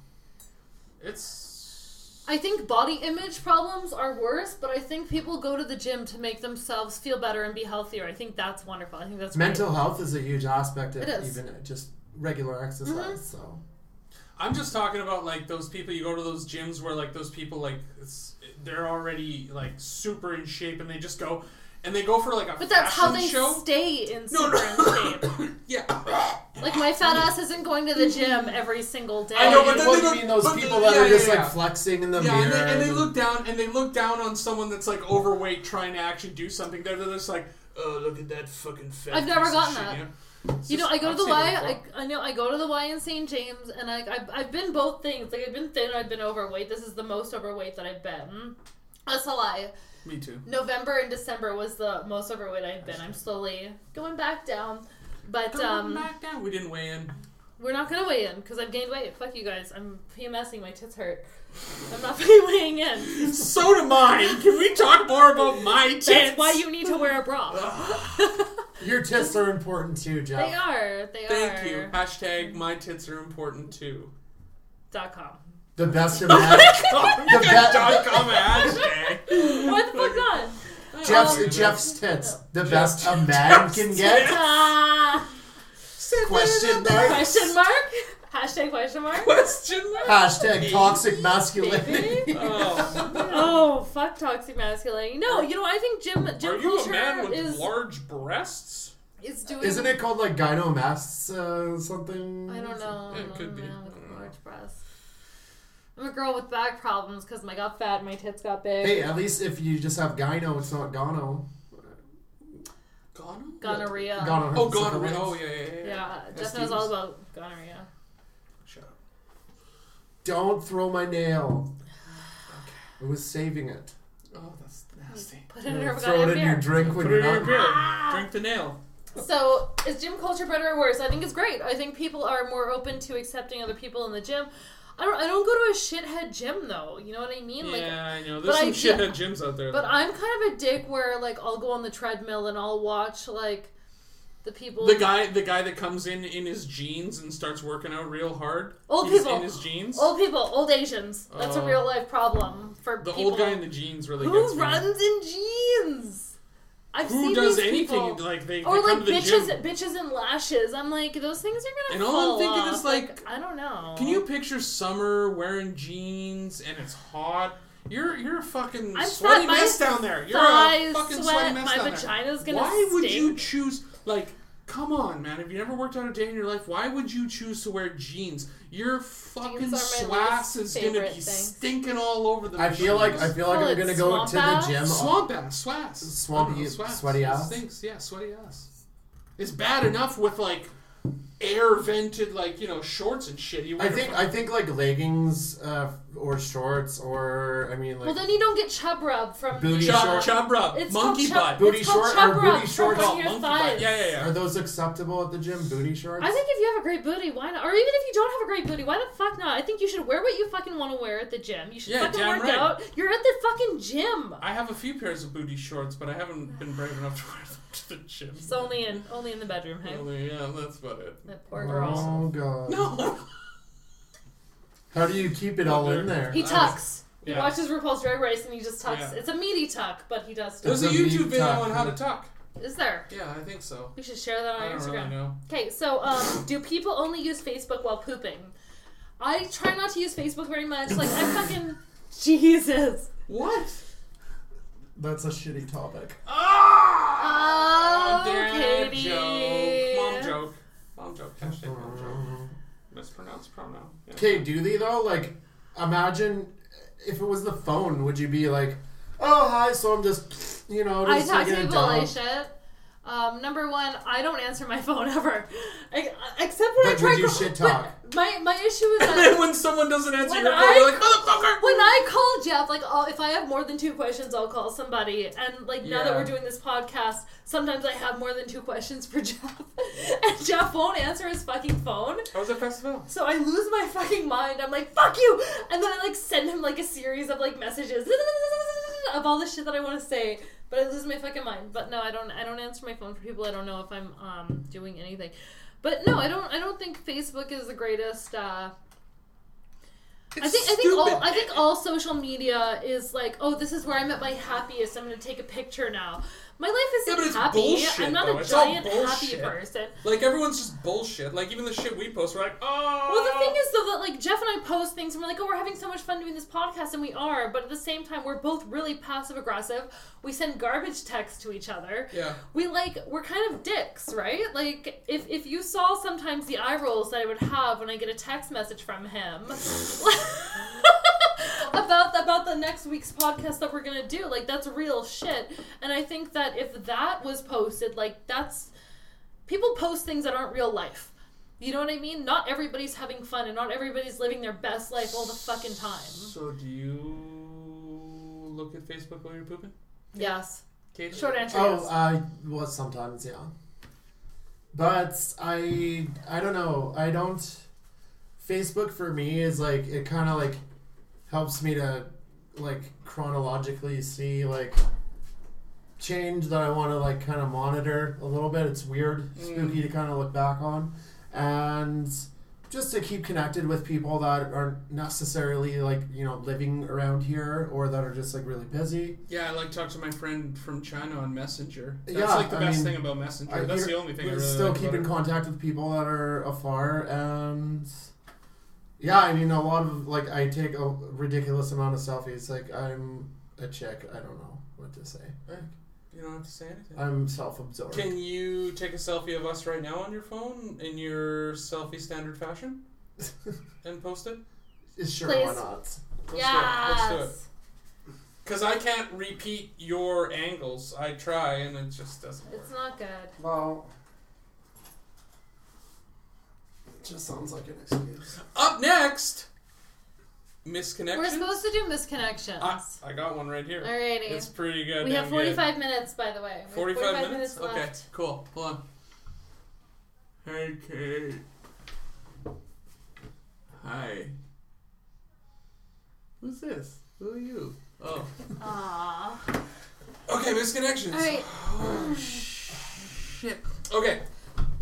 A: It's.
B: I think body image problems are worse, but I think people go to the gym to make themselves feel better and be healthier. I think that's wonderful. I think that's great.
C: Mental health is a huge aspect of
B: It is. Mm-hmm.
C: even just regular exercise. So
A: I'm just talking about like those people you go to those gyms where like those people like it's, they're already like super in shape and they just go and they go for like a
B: But that's how
A: fashion
B: they
A: show.
B: stay in
A: No,
B: super
A: no.
B: in shape.
A: yeah,
B: Like my fat ass isn't going to the gym every single day.
A: I know, but
C: you
A: then
C: know
A: they
C: what I
A: don't-
C: mean? Those
A: but
C: people
A: they-
C: that
A: yeah,
C: are just
A: yeah,
C: like
A: yeah.
C: flexing in the
A: yeah, and
C: mirror.
A: they, and they look down and they look down on someone that's like overweight trying to actually do something. They're, they're just like, oh look at that fucking fat.
B: I've never
A: piece of
B: gotten
A: shit,"
B: that.
A: You know, It's
B: You know,
A: just-
B: I go to
A: I've
B: the
A: seen it
B: Y. I,
A: before.
B: I know I go to the Y in St. James, and I I've, I've been both things. Like I've been thin, I've been overweight. This is the most overweight that I've been. That's a lie.
A: Me too.
B: November and December was the most overweight I've been. I'm slowly going back down, but um,
A: back down. We didn't weigh in.
B: we're not gonna weigh in because I've gained weight. Fuck you guys. I'm PMSing. My tits hurt. I'm not fucking weighing in.
A: So do mine. Can we talk more about my tits?
B: That's why you need to wear a bra.
C: Your tits are important too, Jeff.
B: they are. They are.
A: Thank you. Hashtag my tits are important too.
B: Dot com.
C: The best of that.
A: the
C: best-
A: dot com hashtag.
B: What the fuck on? Oh,
C: Jeff's
A: Um,
C: Jeff's tits. The
A: Jeff-
C: best a man can get.
B: Ah.
C: Question mark.
B: Question mark? Hashtag question mark?
A: Question mark.
C: Hashtag toxic masculinity.
A: Oh,
B: Oh, fuck toxic masculinity. No, you know, I think gym, gym
A: are you a
B: culture
A: man with
B: is,
A: large breasts?
B: is doing.
C: Isn't it called like gynomasts uh, something?
B: I don't know.
A: It could be.
B: Man with
A: I don't know.
B: large breasts. I'm a girl with back problems because my got fat, and my tits got big.
C: Hey, at least if you just have gyno, it's not gono.
A: Gonorrhea?
B: Gonorrhea.
C: Gono
A: Oh,
C: has different
A: gonorrhea. Oh,
C: words.
A: yeah, yeah, yeah.
B: Yeah, Jeff
A: STDs.
B: knows all about gonorrhea.
A: Shut up.
C: Don't throw my nail. I was saving it.
A: Oh, that's nasty.
B: Put it in her
C: throw it in your
B: gonorrhea.
C: drink when
A: Put
C: you're
A: it in your
C: not.
A: beer. Drink the nail.
B: So, is gym culture better or worse? I think it's great. I think people are more open to accepting other people in the gym. I don't. I don't go to a shithead gym though. You know what I mean? Like,
A: yeah, I know.
B: but
A: There's some
B: I-
A: shit at gyms out there.
B: But
A: though.
B: I'm kind of a dick where like I'll go on the treadmill and I'll watch like the people,
A: the guy, the guy that comes in in his jeans and starts working out real hard.
B: Old
A: he's
B: people.
A: in his jeans.
B: old people, old Asians. That's a
A: Oh.
B: real life problem for
A: the
B: people.
A: old guy in the jeans really gets
B: who
A: me.
B: runs in jeans. I've
A: Who
B: seen
A: does
B: these
A: anything
B: people.
A: like they,
B: or
A: they come
B: like
A: to the
B: bitches,
A: gym.
B: bitches and lashes. I'm like those things are
A: And
B: gonna.
A: all I'm
B: fall
A: thinking
B: off.
A: is, like,
B: I don't know.
A: Can you picture summer wearing jeans and it's hot? You're you're a fucking
B: I'm
A: sweaty
B: fat, my
A: mess down there. You're
B: thighs
A: a fucking
B: sweat,
A: sweaty mess
B: my
A: down
B: vagina's
A: there.
B: gonna
A: Why would
B: stink.
A: you choose like? Come on, man. Have you never worked out a day in your life? Why would you choose to wear jeans? Your fucking
B: are my
A: swass
B: least
A: is gonna be
B: favorite thing.
A: stinking all over the.
C: I feel like I
A: machines.
C: feel like
B: Well,
C: I'm gonna
B: it's
C: go to the
B: swamp
C: gym.
B: ass.
A: swamp ass, swass,
C: Swampy-
A: I don't know, swass.
C: sweaty
A: It
C: ass?
A: Stinks. Yeah, sweaty ass. It's bad enough with like air vented like you know shorts and shit. You
C: I
A: wear
C: think
A: fucking-
C: I think like leggings uh, or shorts or I mean like
B: Well, then you don't get chub rub from
C: Booty
B: the,
A: chub
C: short-
A: chub rub
B: It's called
A: monkey
B: chub-
A: butt.
C: Booty
B: it's called
C: short-
B: chub
C: or
B: rub
C: booty
B: from
C: shorts.
B: on your
A: Monkey
B: thighs.
A: butt. Yeah, yeah, yeah.
C: are those acceptable at the gym? Booty shorts.
B: I think if you have a great booty, why not? Or even if you don't have a great booty, why the fuck not? I think you should wear what you fucking want to wear at the gym. You should
A: Yeah,
B: fucking
A: damn
B: work
A: right.
B: out. You're at the fucking gym.
A: I have a few pairs of booty shorts, but I haven't been brave enough to wear them to the gym.
B: It's only in only in the bedroom, hey?
A: Well, yeah, that's about it.
B: That poor girl.
C: Oh god.
A: No.
C: How do you keep it all in there?
B: He tucks. He
A: Yeah.
B: watches RuPaul's Drag Race and he just tucks.
A: Yeah.
B: It's a meaty tuck, but he does. Tuck.
A: There's a
C: It's a meat
A: YouTube video
C: tuck,
A: on how to
C: yeah.
A: tuck.
B: Is there?
A: Yeah, I think so.
B: We should share that on
A: I don't really
B: Instagram.
A: know.
B: Okay, so um, do people only use Facebook while pooping? I try not to use Facebook very much. Like I fucking Jesus.
A: What?
C: That's a shitty topic.
A: Ah!
B: Oh,
A: Dad
B: Katie.
A: joke. Mom joke. Mom joke. Hashtag mom joke. Mispronounced pronoun. Yeah.
C: Okay, do they though? Like, imagine if it was the phone, would you be like, "Oh hi," so I'm just, you know,
B: I
C: just
B: talk to
C: taking it
B: people
C: down.
B: like shit. Um, number one, I don't answer my phone ever, I, except when I
C: But
B: try.
C: would you
B: call-
C: shit
B: but
C: talk?
B: My my issue
A: And
B: is that
A: then when someone doesn't answer
B: When
A: your call,
B: I-
A: you're like, motherfucker!
B: when I call Jeff, like I'll, if I have more than two questions, I'll call somebody. And like now that
A: Yeah.
B: we're doing this podcast, sometimes I have more than two questions for Jeff, and Jeff won't answer his fucking phone.
A: I was at festival.
B: So I lose my fucking mind. I'm like, fuck you! And then I like send him like a series of like messages of all the shit that I want to say, but I lose my fucking mind. But no, I don't. I don't answer my phone for people. I don't know if I'm um doing anything. But no, I don't. I don't think Facebook is the greatest. Uh, I think. I think all. I think all social media is like, oh, this is where I'm at my happiest. I'm gonna take a picture now. My life
A: Yeah,
B: isn't
A: but it's
B: happy.
A: bullshit,
B: I'm not
A: though.
B: a
A: It's all
B: giant happy
A: bullshit.
B: person.
A: Like everyone's just bullshit. Like even the shit we post, we're like, oh.
B: Well, the thing is, though, that like Jeff and I post things and we're like, oh, we're having so much fun doing this podcast, and we are, but at the same time, we're both really passive aggressive. We send garbage texts to each other.
A: yeah,
B: We like, we're kind of dicks, right? Like, if, if you saw sometimes the eye rolls that I would have when I get a text message from him about about the next week's podcast that we're gonna do, like that's real shit. And I think that if that was posted, like that's people post things that aren't real life. You know what I mean? Not everybody's having fun and not everybody's living their best life all the fucking time.
A: So do you look at Facebook while you're pooping?
B: Yes.
A: Katie?
B: Short answer
A: uh,
C: Oh,
B: yes.
C: I was sometimes, yeah. But I, I don't know. I don't. Facebook for me is like it kind of like helps me to like chronologically see like change that I want to like kind of monitor a little bit. It's weird, spooky to kind of look back on, and just to keep connected with people that aren't necessarily like you know living around here or that are just like really busy.
A: Yeah, I like talk to my friend from China on Messenger. That's
C: Yeah,
A: like the
C: I
A: best
C: mean,
A: thing about Messenger. That's
C: hear-
A: the only thing I
C: we
A: really
C: still
A: like
C: keep in
A: about
C: contact with people that are afar, and yeah, I mean, a lot of like I take a ridiculous amount of selfies. Like I'm a chick. I don't know what to say.
A: it. You don't have to say anything.
C: I'm self-absorbed.
A: Can you take a selfie of us right now on your phone in your selfie standard fashion and post it?
C: is sure
B: Please.
C: why not.
A: Let's
B: yes.
A: do it. Let's do it. Because I can't repeat your angles. I try, and it just doesn't
B: It's
A: work.
B: not good.
C: Well, it just sounds like an excuse.
A: Up next, misconnection.
B: We're supposed to do misconnections.
A: I, I got one right here.
B: Alrighty.
A: Ah. It's pretty good.
B: we have
A: damn good.
B: 45 minutes, by the way. We have
A: 45, minutes?
B: left.
A: Okay, cool. Hold on. Hey, Kate. Hi. Who's this? Who are you? Oh.
B: Aww.
A: Okay, misconnections.
B: All right.
A: Shit. Okay.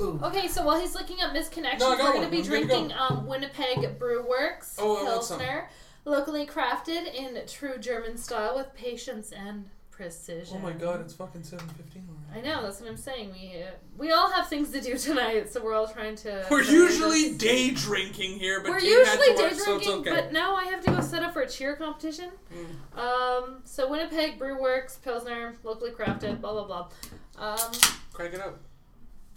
B: Okay, so while he's looking up misconnections,
A: No, I
B: we're
A: got
B: going to
A: one.
B: be
A: I'm good to go.
B: drinking um, Winnipeg Brew Works
A: Oh, I want some.
B: Pilsner, locally crafted in true German style with patience and precision.
A: Oh my god, it's fucking 715
B: I know, that's what I'm saying. We uh, we all have things to do tonight, so we're all trying to.
A: We're
B: to
A: usually day drinking here, but
B: We're
A: Kate had
B: usually
A: to
B: day
A: work, so it's
B: drinking,
A: okay. Mm.
B: but now I have to go set up for a cheer competition. Um, so Winnipeg Brew Works Pilsner, locally crafted, blah blah blah. Um,
A: Crank it up.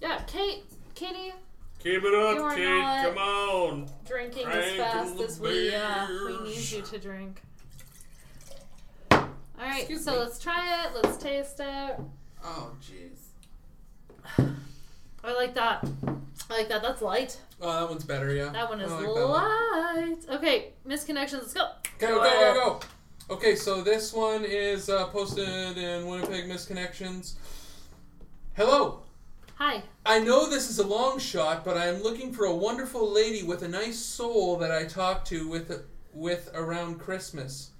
B: yeah, Kate, Katie,
A: Keep it
B: You are Kate, not- come
A: on.
B: drinking as
A: Drinking
B: fast
A: the
B: as we uh, we need
A: beers.
B: you to drink. All right,
A: Excuse
B: so
A: me.
B: let's try it. Let's taste it.
A: Oh, jeez.
B: I like that. I like that. That's light.
A: Oh, that one's better, yeah.
B: That one
A: I
B: is
A: like that one.
B: light. Okay, misconnections. Let's go.
A: Go, go, go, go. Okay, so this one is uh, posted in Winnipeg Misconnections. Hello.
B: Hi.
A: I know this is a long shot, but I am looking for a wonderful lady with a nice soul that I talked to with with around Christmas.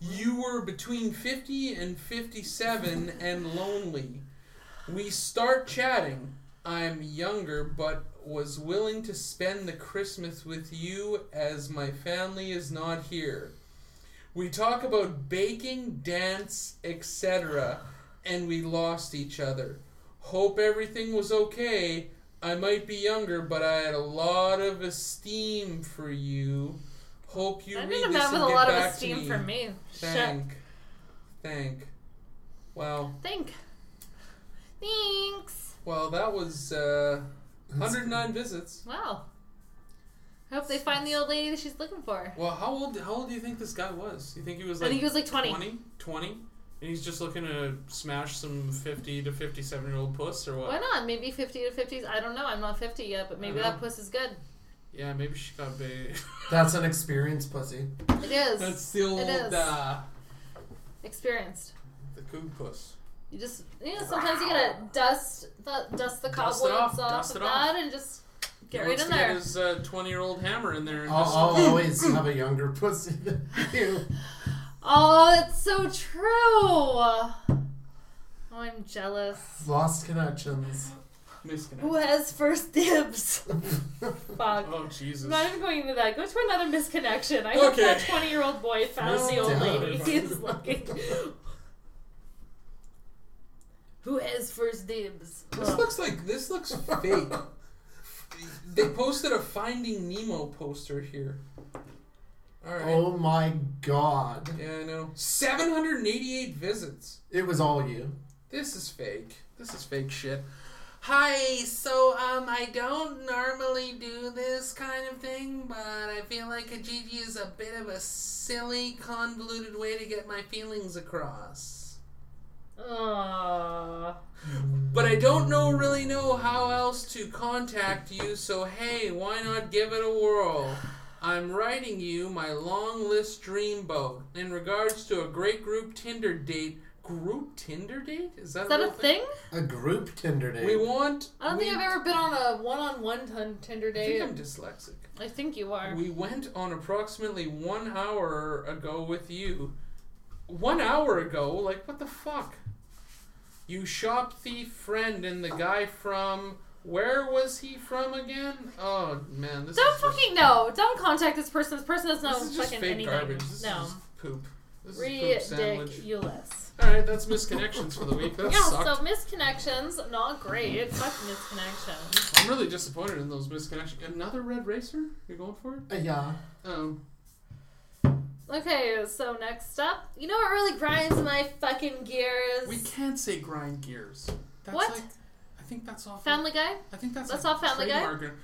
A: You were between 50 and 57 and lonely. We start chatting. I'm younger, but was willing to spend the Christmas with you as my family is not here. We talk about baking, dance, etc., and we lost each other. Hope everything was okay. I might be younger, but I had a lot of esteem for you. Hope you
B: I
A: read
B: didn't
A: this
B: have
A: and
B: a
A: get
B: lot of
A: back to
B: esteem
A: me.
B: for me. Shut.
A: Thank. Thank. Wow.
B: Think. Thanks.
A: Well, that was uh, 109 visits.
B: Wow. I hope they find the old lady that she's looking for.
A: Well, how old how old do you think this guy was? You think he was
B: I
A: like
B: think he was like 20.
A: 20? 20? And he's just looking to smash some 50 to 57 year old puss or what?
B: Why not? Maybe 50 to 50s. I don't know. I'm not 50 yet, but maybe
A: know.
B: that puss is good.
A: Yeah, maybe she got bait.
C: That's an experience, pussy.
B: It is.
A: That's the old
B: is.
A: uh,
B: Experienced.
A: the coog puss.
B: You just, you know, sometimes you gotta dust the, dust the
A: Dust
B: cobwebs
A: it off,
B: off,
A: dust
B: of
A: it off.
B: that and just
A: he
B: get right
A: wants
B: in
A: to
B: there.
A: Get his uh, 20 year old hammer in there and
C: I'll, I'll
A: just.
C: always have a younger pussy than you.
B: Oh, it's so true. Oh, I'm jealous.
C: Lost connections.
B: Who
A: Misconnect.
B: has first dibs? Fuck.
A: Oh, Jesus.
B: I'm not even going into that. Go to another misconnection. I hope
A: Okay.
B: that 20 year old boy found the old
C: Misdown.
B: lady. He's like, who has first dibs?
A: This
B: Ugh.
A: looks like this looks fake. They posted a Finding Nemo poster here. All right.
C: oh my god.
A: Yeah, I know. 788 visits.
C: It was all you.
A: This is fake. This is fake shit. Hi, so um I don't normally do this kind of thing, but I feel like Kijiji is a bit of a silly, convoluted way to get my feelings across.
B: Aw.
A: But I don't know really know how else to contact you, so hey, why not give it a whirl? I'm writing you my long list dreamboat in regards to a great group Tinder date. Group Tinder date? Is that,
B: Is that
A: real
B: a thing?
C: A group Tinder date.
A: We want.
B: I don't
A: we,
B: think I've ever been on a one on one Tinder
A: I
B: date.
A: think I'm dyslexic.
B: I think you are.
A: We went on approximately one hour ago with you. One hour ago? Like, what the fuck? You shop thief friend and the guy from. Where was he from again? Oh, man. This
B: Don't
A: is
B: fucking know. Don't contact this person. This person doesn't know
A: just, This is just
B: fucking
A: fake
B: anything.
A: garbage. This
B: no.
A: is just poop. This is poop sandwich.
B: Ridiculous.
A: Alright, that's misconnections for the week. That
B: Yeah,
A: sucked.
B: so misconnections, not great. Fuck misconnections.
A: I'm really disappointed in those misconnections. Another red racer? You're going for it?
C: Uh, yeah.
A: Oh.
B: Okay, so next up, you know what really grinds my fucking gears?
A: We can't say grind gears. That's
B: What?
A: Like, I think that's off.
B: Family Guy.
A: I think that's
B: That's
A: like
B: off Family Guy?
A: trademark.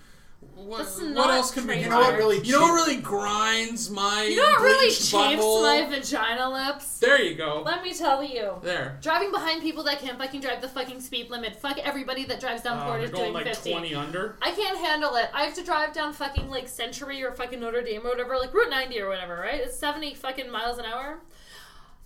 A: What,
B: That's
A: what
B: not
A: else can be
B: trademarked.
C: You know what really
A: You know what
C: chi-
A: really grinds my
B: You know what really
A: bleached
B: chafes
A: butthole?
B: my vagina lips?
A: There you go.
B: Let me tell you.
A: There.
B: Driving behind people that can't fucking drive the fucking speed limit. Fuck everybody that drives down
A: Uh, they're
B: Portage
A: going
B: doing
A: like
B: 50.
A: 20 under.
B: I can't handle it. I have to drive down fucking like Century or fucking Notre Dame or whatever, like Route 90 or whatever, right? It's 70 fucking miles an hour.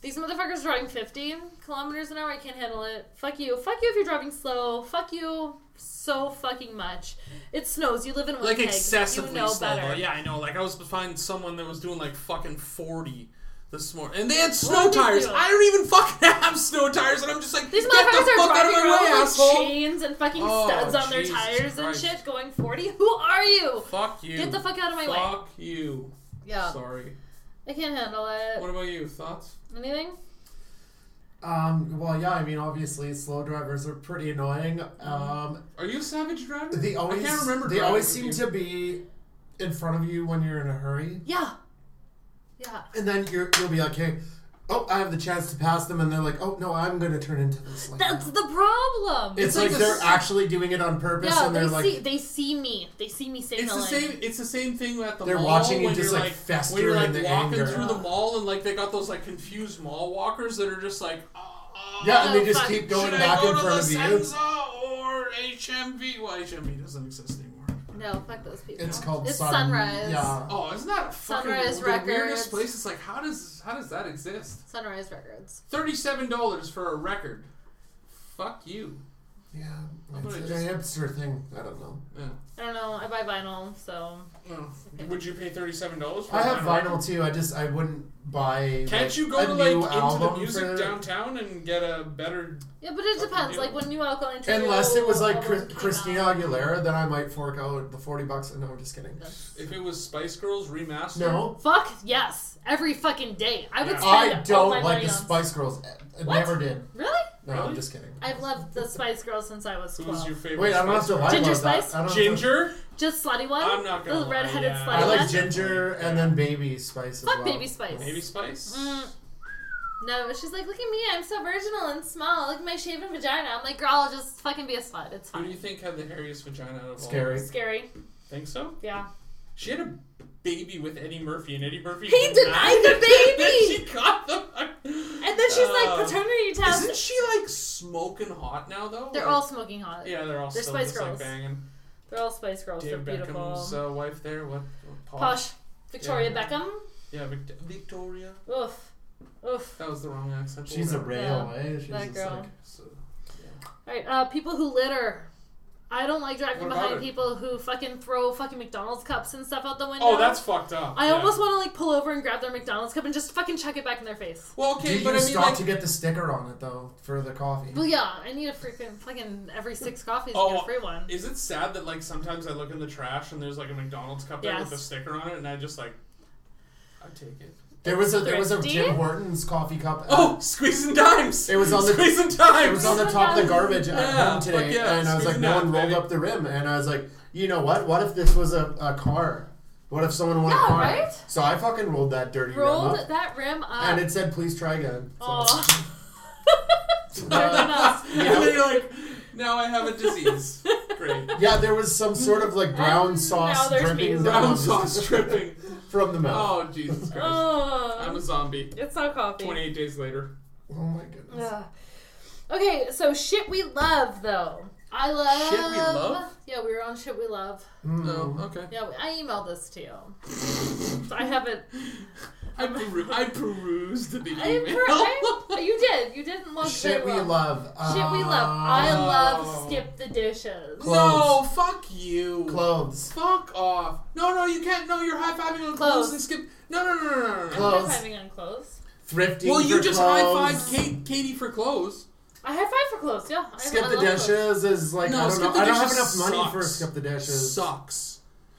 B: These motherfuckers are driving 50 kilometers an hour. I can't handle it. Fuck you. Fuck you if you're driving slow. Fuck you so fucking much. It snows. You live in
A: Like
B: Winnipeg.
A: excessively
B: You know
A: slow.
B: better.
A: though. Yeah, I know. Like I was behind someone that was doing like fucking 40 this morning, and they had
B: are
A: snow
B: they
A: tires.
B: doing?
A: I don't even fucking have snow tires, and I'm just like,
B: These
A: get
B: motherfuckers
A: the
B: are
A: fuck out of
B: driving
A: my
B: around
A: way,
B: with
A: asshole!
B: chains and fucking
A: Oh,
B: studs on their
A: Jesus
B: tires and
A: Christ.
B: shit going 40. Who are you?
A: Fuck you.
B: Get the fuck out of my way.
A: Fuck you.
B: Yeah.
A: Sorry.
B: I can't handle it.
A: What about you? Thoughts?
B: Anything?
C: Um, well, yeah, I mean, obviously, slow drivers are pretty annoying. Um,
A: Are you a savage driver?
C: they always
A: I can't remember.
C: they
A: driving
C: always
A: with
C: seem
A: you.
C: to be in front of you when you're in a hurry,
B: Yeah. Yeah.
C: and then you're, you'll be like, "Hey, oh, I have the chance to pass them," and they're like, "Oh no, I'm going to turn into this lane."
B: That's the problem.
C: it's
A: It's like
C: like they're
A: this-
C: actually doing it on purpose,
B: yeah,
C: and
B: they
C: they're like,
B: see they see me. They see me signaling.
A: It's the same. It's the same thing at the
C: They're
A: mall.
C: watching you
A: when
C: just,
A: you're,
C: like,
A: like
C: fester
A: when you're like
C: in the
A: walking
C: anger.
A: through the mall and like they got those like confused mall walkers that are just like, "Ah,
C: yeah, and
B: Oh,
C: they just
B: fuck.
C: keep going
A: should
C: back
A: I go
C: in
A: to
C: front of
A: the
C: you.
A: Senza or HMV? Well, HMV doesn't exist anymore.
B: No, fuck those people.
C: It's called
B: it's
C: sun-
B: sunrise.
C: Yeah,
A: Oh, isn't that a fucking
B: Sunrise
A: the weirdest
B: Records.
A: place? It's like how does how does that exist?
B: Sunrise Records.
A: Thirty-seven dollars for a record. Fuck you.
C: yeah,
A: gonna
C: it's a
A: just-
C: hipster thing. I don't know.
A: Yeah.
B: I don't know. I buy vinyl, so
A: Well, Would you pay thirty-seven dollars?
C: I have vinyl too. I just I wouldn't buy.
A: Can't
C: like,
A: you
C: a
A: go to like
C: new
A: into the
C: album
A: music
C: for-
A: downtown and get a better?
B: yeah. But it
A: Fucking
B: depends.
A: do.
B: Like when New Alkaline Trio.
C: Unless it was like
B: album
C: Chris,
B: came
C: Christina
B: out.
C: Aguilera, then I might fork out the forty bucks. No, I'm just kidding.
B: That's-
A: If it was Spice Girls remastered.
C: No,
B: Fuck yes, every fucking day. I would
A: Yeah.
B: spend
C: I
B: all
C: don't
B: my
C: like
B: money
C: the
B: on-
C: Spice Girls. I
B: What?
C: never did.
B: Really?
C: No,
A: Really?
C: I'm just kidding.
B: I've loved the Spice Girls since I was
A: Who's
B: twelve.
A: your favorite?
C: Wait, I don't have
A: Spice
C: to
A: Girl?
C: lie
B: Ginger
C: about
B: Spice?
C: that. I don't have to-
A: Ginger.
B: Just slutty one.
A: I'm not gonna
B: the
A: lie,
B: redheaded
A: yeah.
B: slutty
C: I like
B: one.
C: ginger and then baby spice as
B: Fuck
C: well.
B: baby Spice.
A: Baby Spice.
B: Mm. No, she's like, look at me, I'm so virginal and small. Look at my shaven vagina. I'm like, girl, just fucking be a slut. It's
A: Who do
B: fine.
A: you think had the hairiest vagina out of all?
C: Scary.
B: Scary.
A: Think so?
B: Yeah.
A: She had a baby with Eddie Murphy, and Eddie Murphy.
B: He denied the
A: that
B: baby!
A: she got the. And
B: And then she's like,
A: paternal.
B: paternity
A: Isn't
B: test.
A: she like smoking hot now though?
B: They're
A: Like-
B: all smoking hot.
A: Yeah, they're all
B: They're
A: still
B: Spice
A: just
B: Girls.
A: like banging.
B: They're all Spice Girls.
A: Dave
B: They're beautiful.
A: Beckham's uh, wife there. What? what Paul?
B: Posh. Victoria
A: Yeah.
B: Beckham.
A: Yeah, Vict- Victoria.
B: Oof. Oof.
A: That was the wrong accent. but
C: She's a
A: whatever.
C: rail, eh? She's
B: that
C: just
B: girl.
C: like
A: So,
B: Alright, uh, people who litter. I don't like driving
A: What about
B: behind
A: it?
B: people who fucking throw fucking McDonald's cups and stuff out the window.
A: oh, that's fucked up.
B: I
A: yeah.
B: almost want to like pull over and grab their McDonald's cup and just fucking chuck it back in their face.
A: Well, okay,
C: Do you
A: but I mean,
C: stop
A: like,
C: to get the sticker on it though for the coffee?
B: Well, yeah, I need a freaking fucking every six coffees, I
A: Oh,
B: get a free one.
A: is it sad that like sometimes I look in the trash and there's like a McDonald's cup there with a
B: Yes.
A: sticker on it, and I just like, I take it.
C: There was a there was a
B: Thrifty?
C: Jim Hortons coffee cup.
A: Oh, squeezing dimes.
C: It was on the-
A: squeezing dimes.
C: It was on the top of the garbage at
A: Yeah,
C: home today,
A: fuck yeah,
C: and I was like,
A: squeezing
C: no
A: that,
C: one rolled
A: baby.
C: up the rim, and I was like, you know what? What if this was a, a car? What if someone won
B: Yeah,
C: a car?
B: right?
C: So I fucking rolled that dirty rim
B: Rolled
C: up,
B: that rim up.
C: and it said, please try again. So-
B: Aw. Everyone else.
A: and then you're like, now I have a disease. Great.
C: Yeah, there was some sort of like brown
B: And now
C: sauce
B: there's
C: dripping
B: me.
C: down
A: Brown sauce dripping.
C: from the mouth.
A: Oh Jesus Christ!
B: Oh.
A: I'm a zombie.
B: it's not coffee.
A: 28 days later.
C: Oh, my goodness.
B: Ugh. Okay, so shit we love though. I love.
A: Shit we love?
B: Yeah, we were on shit we love.
C: Mm.
A: Oh, okay.
B: Yeah, I emailed this to you. So I haven't.
A: I, peru- I perused the email.
B: I, I, you did. You didn't love
C: Shit
B: very
C: we
B: well.
C: love. Ah.
B: Shit we love. I
A: Oh.
B: love skip the dishes.
A: no,
C: Clothes.
A: fuck you.
C: Clothes.
A: Fuck off. No, no, you can't. No, you're high fiving on clothes
B: Clothes.
A: and skip. No, no, no, no, no, no, no.
C: Clothes.
B: I'm high-fiving on clothes.
C: Thrifty.
A: Well, you
C: for
A: just high
C: clothes.
A: fived Kate, Katie for clothes.
B: I high five for clothes. Yeah. I,
C: Skip
B: I
C: the
B: love clothes.
C: dishes is like
A: No,
C: I don't
A: skip
C: know.
A: the
C: I don't have enough
A: dishes
C: money for
A: sucks.
C: skip the dishes.
A: Sucks.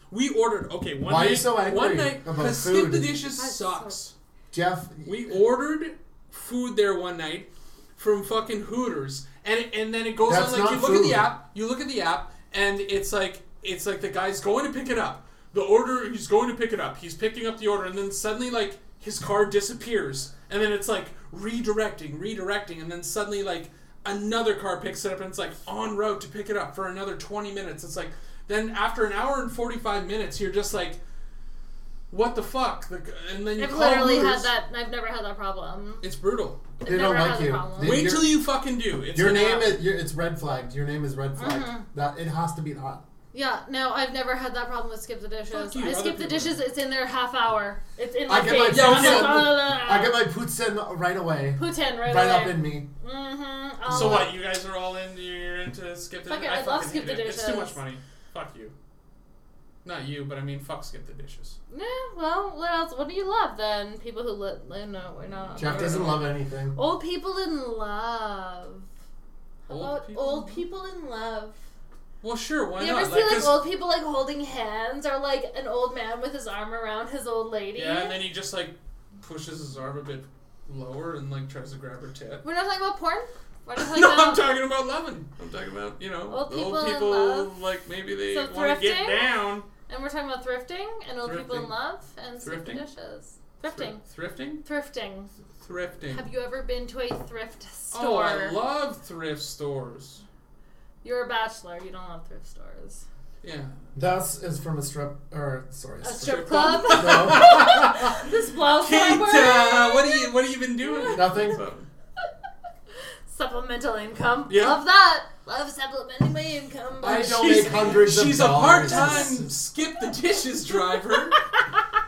A: We ordered. Okay, one
C: Why are
A: night.
C: you so angry
A: one night.
C: about
A: because
C: food?
A: skip the dishes
B: I-
A: sucks.
C: Jeff,
A: We ordered food there one night from fucking Hooters, and it, and then it goes
C: That's
A: on like you
C: not
A: look at
C: food.
A: the app, you look at the app, and it's like it's like the guy's going to pick it up. The order he's going to pick it up. He's picking up the order, and then suddenly like his card disappears, and then it's like redirecting, redirecting, and then suddenly like another car picks it up, and it's like on route to pick it up for another twenty minutes. It's like. Then after an hour and forty five minutes, you're just like, what the fuck? The, and then you
B: I've
A: call
B: literally
A: Hooters.
B: had that. I've never had that problem.
A: It's brutal.
B: I've
C: They
B: never
C: don't like
B: had
C: you.
B: The problem.
C: They-
A: Wait
C: your-
A: till you fucking do. It's
C: Your
A: gonna
C: name
A: happen.
C: is your, it's red flagged. Your name is red
B: Mm-hmm.
C: flagged. That it has to be that.
B: Yeah, no, I've never had that problem with skip the dishes.
A: Fuck you,
B: I skip
A: other
B: the
A: people.
B: dishes. It's in there half hour. It's in my
C: I get my
B: face.
A: yeah,
B: I'm
A: okay. I-
B: like, "Ah, la, la, la."
C: I get my poots in right away,
B: Putin right,
C: right,
B: away.
C: up in me.
B: Mm-hmm.
A: So what? You guys are all in. You're into skip the.
B: Fuck it,
A: I
B: I love
A: fucking
B: Skip
A: hate
B: the
A: it. It's too much
B: Dishes.
A: money. Fuck you. Not you, but I mean, fuck skip the dishes.
B: Yeah. Well, what else? What do you love then? People who live. No, we're not.
C: Jeff doesn't love anything.
B: Old people in love. How
A: Old
B: about
A: people?
B: old people in love?
A: Well, sure. Why
B: you
A: not?
B: ever see like
A: 'cause-
B: old people like holding hands or like an old man with his arm around his old lady?
A: yeah, and then he just like pushes his arm a bit lower and like tries to grab her tit.
B: We're not talking about porn. We're not talking
A: No,
B: about
A: I'm talking about loving. I'm talking about you know
B: uh, Old
A: the old
B: people in
A: people
B: love.
A: like maybe they
B: Some
A: want to get
B: thrifting?
A: down.
B: and we're talking about thrifting and old people
A: Thrifting.
B: in love and skip the
A: Thrifting?
B: dishes. Thrifting.
A: Thrifting.
B: Thrifting.
A: Thrifting.
B: Have you ever been to a thrift
A: Oh,
B: store?
A: I love thrift stores.
B: You're a bachelor. You don't love thrift stores.
A: Yeah.
C: This is from a strip or sorry.
B: A
C: strip-
B: strip
A: Strip
B: club.
A: club?
C: No.
B: this blouse
A: Kate,
B: I'm
A: uh,
B: wearing.
A: what do you what have you been doing?
C: Nothing.
A: So-
B: Supplemental income.
A: Yeah.
B: Love that. Love supplementing my income.
C: I
B: by-
C: don't make hundreds of
A: She's a
C: dollars.
A: part-time skip the dishes driver,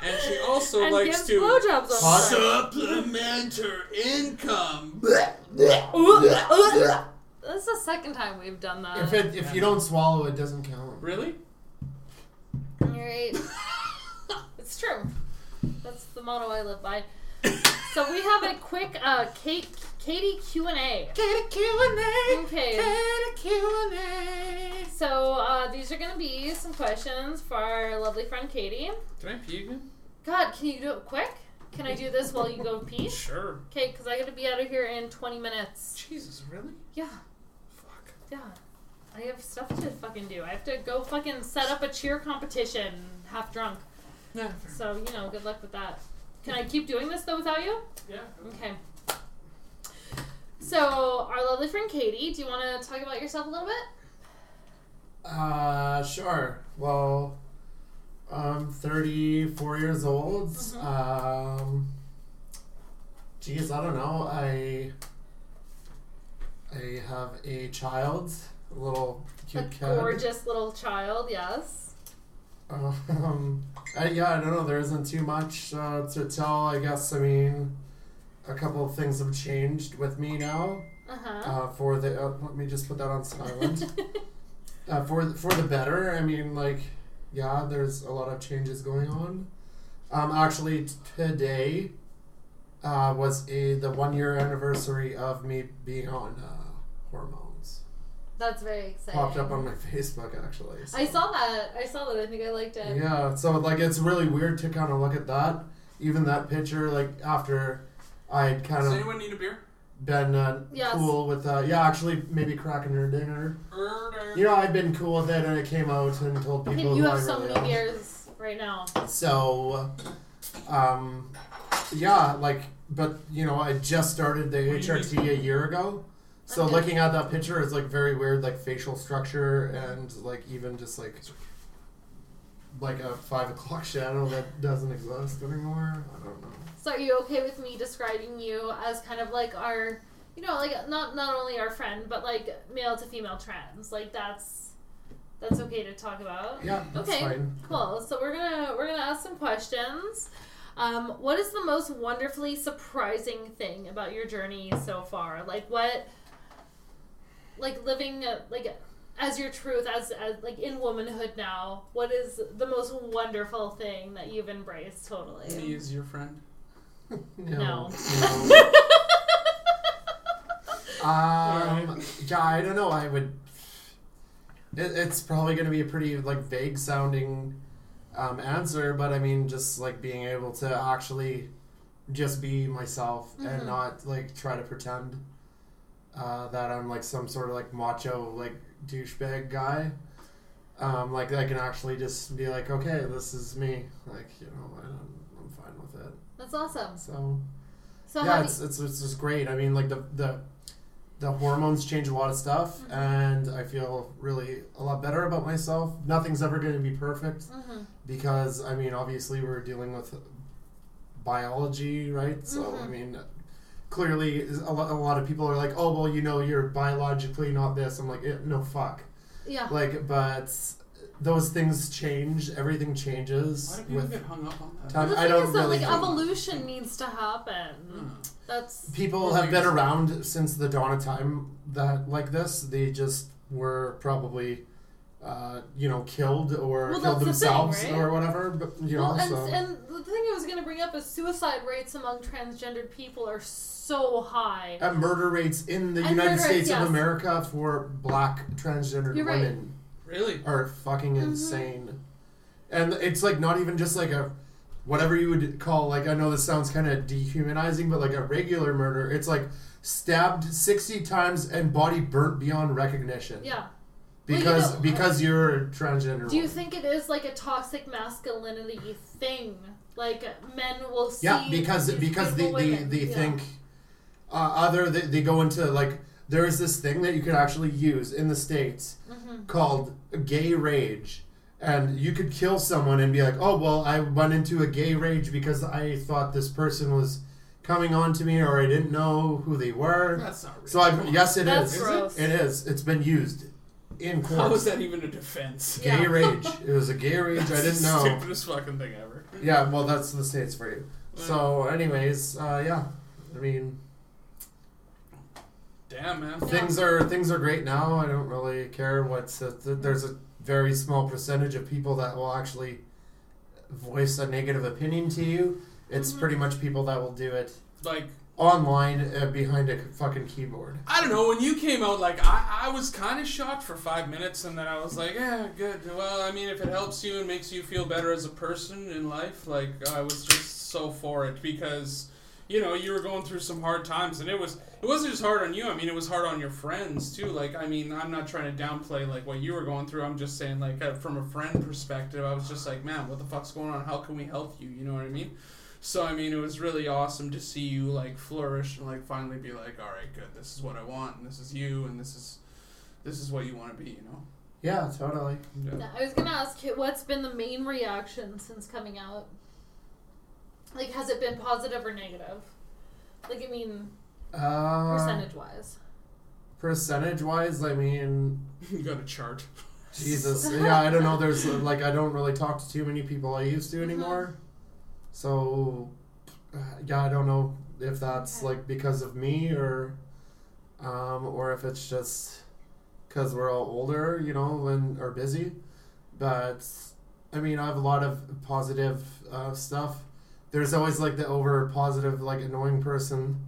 A: and she also
B: and
A: likes
B: gives
A: to
B: blowjobs on
C: Hot-
B: the side.
A: supplement her income.
B: Ooh, ooh. This is the second time we've done that.
C: If it if you don't swallow, it doesn't count.
A: Really?
B: You're right. it's true. That's the motto I live by. so we have a quick uh, Kate, Katie Q and A.
C: Get a Q&A.
B: Okay.
C: a Q&A.
B: So uh, these are gonna be some questions for our lovely friend Katie.
A: Can I pee again?
B: God, can you do it quick? Can I do this while you go pee?
A: Sure.
B: Okay, because I gotta be out of here in 20 minutes.
A: Jesus, really?
B: Yeah,
A: Fuck.
B: yeah. I have stuff to fucking do. I have to go fucking set up a cheer competition half drunk.
A: Yeah.
B: So, you know, good luck with that. Can I keep doing this though without you?
A: Yeah.
B: Okay. So, our lovely friend Katie, do you want to talk about yourself a little bit?
C: Uh, sure. Well, I'm 34 years old.
B: Mhm.
C: Um, geez, I don't know. I I have a child, a little cute
B: a
C: cat.
B: gorgeous little child, yes.
C: Um, I, yeah, I don't know. There isn't too much uh, to tell. I guess. I mean, a couple of things have changed with me now.
B: Uh huh.
C: Uh, for the uh, let me just put that on silent. uh, for for the better. I mean, like, yeah, there's a lot of changes going on. Um, actually, today uh, was a the one year anniversary of me being on uh, hormones.
B: That's very exciting.
C: Popped up on my Facebook actually. so-
B: I saw that. I saw that. I think I liked it.
C: Yeah, so like it's really weird to kind of look at that, even that picture. Like after I had kind
A: Does
C: of
A: anyone need a beer?
C: been uh,
B: Yes.
C: cool with uh, yeah, actually maybe cracking her dinner.
A: Err.
C: You know, I've been cool with it, and it came out and told
B: I
C: people.
B: mean, you
C: who
B: have
C: I
B: so
C: really
B: many
C: am.
B: beers right now.
C: So, um, yeah, like, but you know, I just started the
A: What do you
C: HRT a year ago, so
B: Okay.
C: looking at that picture is like very weird, like facial structure and like even just like like a five o'clock shadow that doesn't exist anymore. I don't know.
B: So are you okay with me describing you as kind of like our, you know, like not not only our friend, but like male to female trends. Like that's that's okay to talk about.
C: Yeah, that's
B: Okay.
C: fine.
B: Cool. So we're gonna we're gonna ask some questions. Um, what is the most wonderfully surprising thing about your journey so far? Like what, like living uh, like as your truth as, as like in womanhood now. What is the most wonderful thing that you've embraced totally?
A: Me is your friend.
B: No.
C: no. Um, yeah, I don't know. I would. It, it's probably going to be a pretty like vague sounding um, answer, but I mean, just like being able to actually just be myself and
B: Mhm.
C: not like try to pretend uh, that I'm like some sort of like macho like douchebag guy. Um, like I can actually just be like, okay, this is me. Like you know, I don't, I'm fine with it.
B: That's awesome.
C: So
B: So
C: yeah,
B: have
C: it's, it's it's just great. I mean, like the the the hormones change a lot of stuff, and I feel really a lot better about myself. Nothing's ever going to be perfect
B: mm-hmm.
C: because I mean, obviously, we're dealing with biology, right? So I mean, clearly, is- a lot, a lot of people are like, "Oh, well, you know, you're biologically not this." I'm like, eh, "No, fuck."
B: Yeah.
C: Like, but those things change. Everything changes
A: Why do people
C: with
A: get hung up on that?
C: time.
B: the
C: I
B: thing
C: don't
B: is, though,
C: really
B: like
C: think- Mm.
B: evolution needs to happen.
A: Hmm.
B: That's
C: people
A: Well,
C: have been
A: maybe-
C: around since the dawn of time that like this they just were probably uh, you know killed or
B: Well,
C: killed
B: that's the thing,
C: themselves
B: right?
C: or whatever but you
B: Well,
C: know
B: and,
C: so
B: and the thing I was going to bring up is suicide rates among transgendered people are so high.
C: at murder rates in the
B: And
C: United
B: murder rates,
C: States
B: yes.
C: of America for black transgendered
B: You're right. Mm-hmm.
C: women
A: Really?
C: are fucking insane and it's like not even just like a whatever you would call like I know this sounds kind of dehumanizing but like a regular murder it's like stabbed 60 times and body burnt beyond recognition
B: Yeah. Well, you
C: because
B: know,
C: because you're a transgender.
B: Do you
C: woman.
B: think it is like a toxic masculinity thing? Like men will see.
C: yeah, because because they
B: the
C: they, they think uh, other they, they go into like there is this thing that you could actually use in the states
B: Mm-hmm.
C: called gay rage, and you could kill someone and be like, oh well, I went into a gay rage because I thought this person was coming on to me or I didn't know who they were.
A: That's not real.
C: so I yes, it is.
B: That's gross.
C: It is. It's been used in court.
A: How is that even a defense?
B: Yeah.
C: Gay rage. It was a gay rage. I
A: That's
C: didn't
A: the
C: know.
A: Stupidest fucking thing ever.
C: Yeah, well, that's the states for you. So, anyways, uh, yeah, I mean,
A: Damn, man.
C: things are things are great now. I don't really care what's th- th- there's a very small percentage of people that will actually voice a negative opinion to you. It's pretty much people that will do it
A: Like,
C: online uh, behind a fucking keyboard.
A: I don't know. When you came out, like I, I was kind of shocked for five minutes, and then I was like, "Yeah, good. Well, I mean, if it helps you and makes you feel better as a person in life, like I was just so for it because, you know, you were going through some hard times, and it was it wasn't just hard on you. I mean, it was hard on your friends too. Like, I mean, I'm not trying to downplay like what you were going through. I'm just saying, like, uh, from a friend perspective, I was just like, man, what the fuck's going on? How can we help you? You know what I mean? So I mean, it was really awesome to see you like flourish and like finally be like, all right, good. This is what I want, and this is you, and this is this is what you want to be. You know.
C: Yeah, totally.
B: Yeah, I was gonna ask you, what's been the main reaction since coming out? Like, has it been positive or negative? Like, I mean,
C: Uh,
B: percentage wise.
C: Percentage wise, I mean,
A: you got a chart.
C: Jesus. Yeah, I don't know. There's like I don't really talk to too many people I used
B: Uh-huh.
C: to anymore. So uh, yeah, I don't know if that's
B: Okay.
C: like because of me or um or if it's just cuz we're all older, you know, and are busy. But I mean, I have a lot of positive uh, stuff. There's always like the over positive like annoying person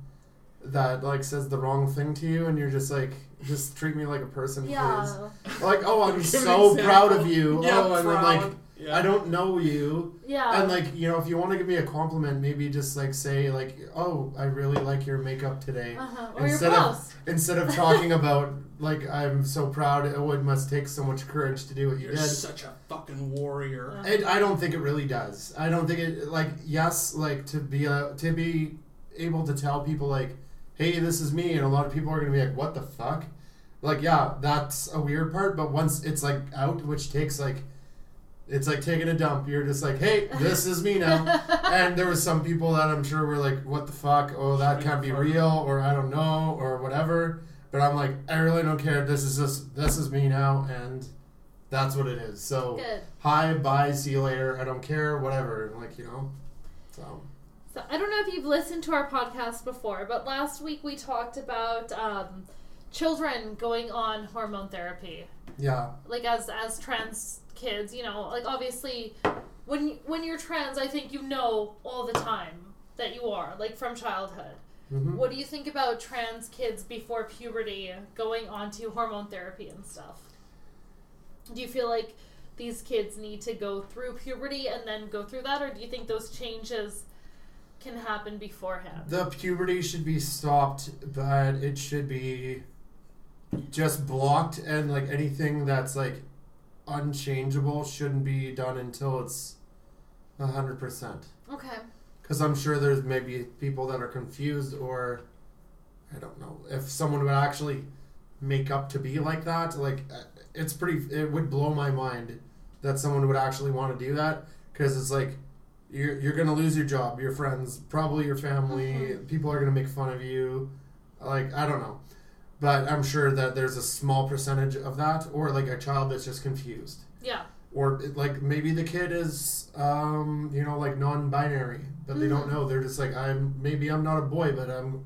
C: that like says the wrong thing to you and you're just like just treat me like a person please
B: Yeah.
C: like oh i'm
A: Give an
C: so
A: example.
C: proud of you
A: Yeah,
C: oh and then
A: proud.
C: like
A: Yeah.
C: i don't know you
B: Yeah.
C: and like you know if you want to give me a compliment maybe just like say like oh i really like your makeup today
A: Uh,
B: uh-huh. Or your
C: instead
B: blouse.
C: of instead of talking about like i'm so proud oh it must take so much courage to do what you
A: You're
C: did
A: such a fucking warrior.
C: it, I don't think it really does. I don't think it like yes, like to be a, to be able to tell people like, hey, this is me, and a lot of people are gonna be like, what the fuck? Like yeah, that's a weird part. But once it's like out, which takes like, it's like taking a dump. You're just like, hey, this is me now. and there was some people that I'm sure were like, what the fuck? Oh, that can't be real, or I don't know, or whatever. But I'm like, I really don't care. This is just this is me now, and that's what it is. So
B: Good.
C: hi, bye, see you later. I don't care, whatever. Like you know, so
B: So I don't know if you've listened to our podcast before, but last week we talked about um, children going on hormone therapy,
C: yeah,
B: like as as trans kids. You know, like obviously, when you- when you're trans, I think you know all the time that you are, like from childhood.
C: Mhm.
B: What do you think about trans kids before puberty going on to hormone therapy and stuff? Do you feel like these kids need to go through puberty and then go through that, or do you think those changes can happen beforehand?
C: the puberty should be stopped, but it should be just blocked, and like anything that's like unchangeable shouldn't be done until it's a hundred percent.
B: Okay.
C: Because I'm sure there's maybe people that are confused or I don't know if someone would actually make up to be like that. Like, uh, it's pretty. It would blow my mind that someone would actually want to do that because it's like you're you're gonna lose your job, your friends, probably your family. People are gonna make fun of you. Like, I don't know, but I'm sure that there's a small percentage of that, or like a child that's just confused
B: Yeah.
C: or it- like maybe the kid is um you know like non-binary but they
A: Mm.
C: don't know they're just like i'm maybe i'm not a boy but i'm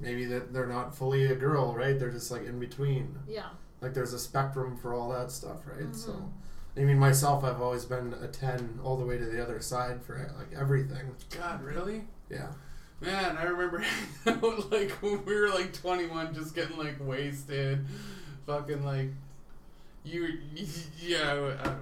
C: maybe that they're not fully a girl right they're just like in between
B: Yeah.
C: like there's a spectrum for all that stuff right
A: Mm-hmm.
C: so i mean myself i've always been a 10 all the way to the other side for like everything
A: God, really?
C: yeah
A: Man, I remember like when we were like 21, just getting like wasted, fucking like you, yeah, I don't know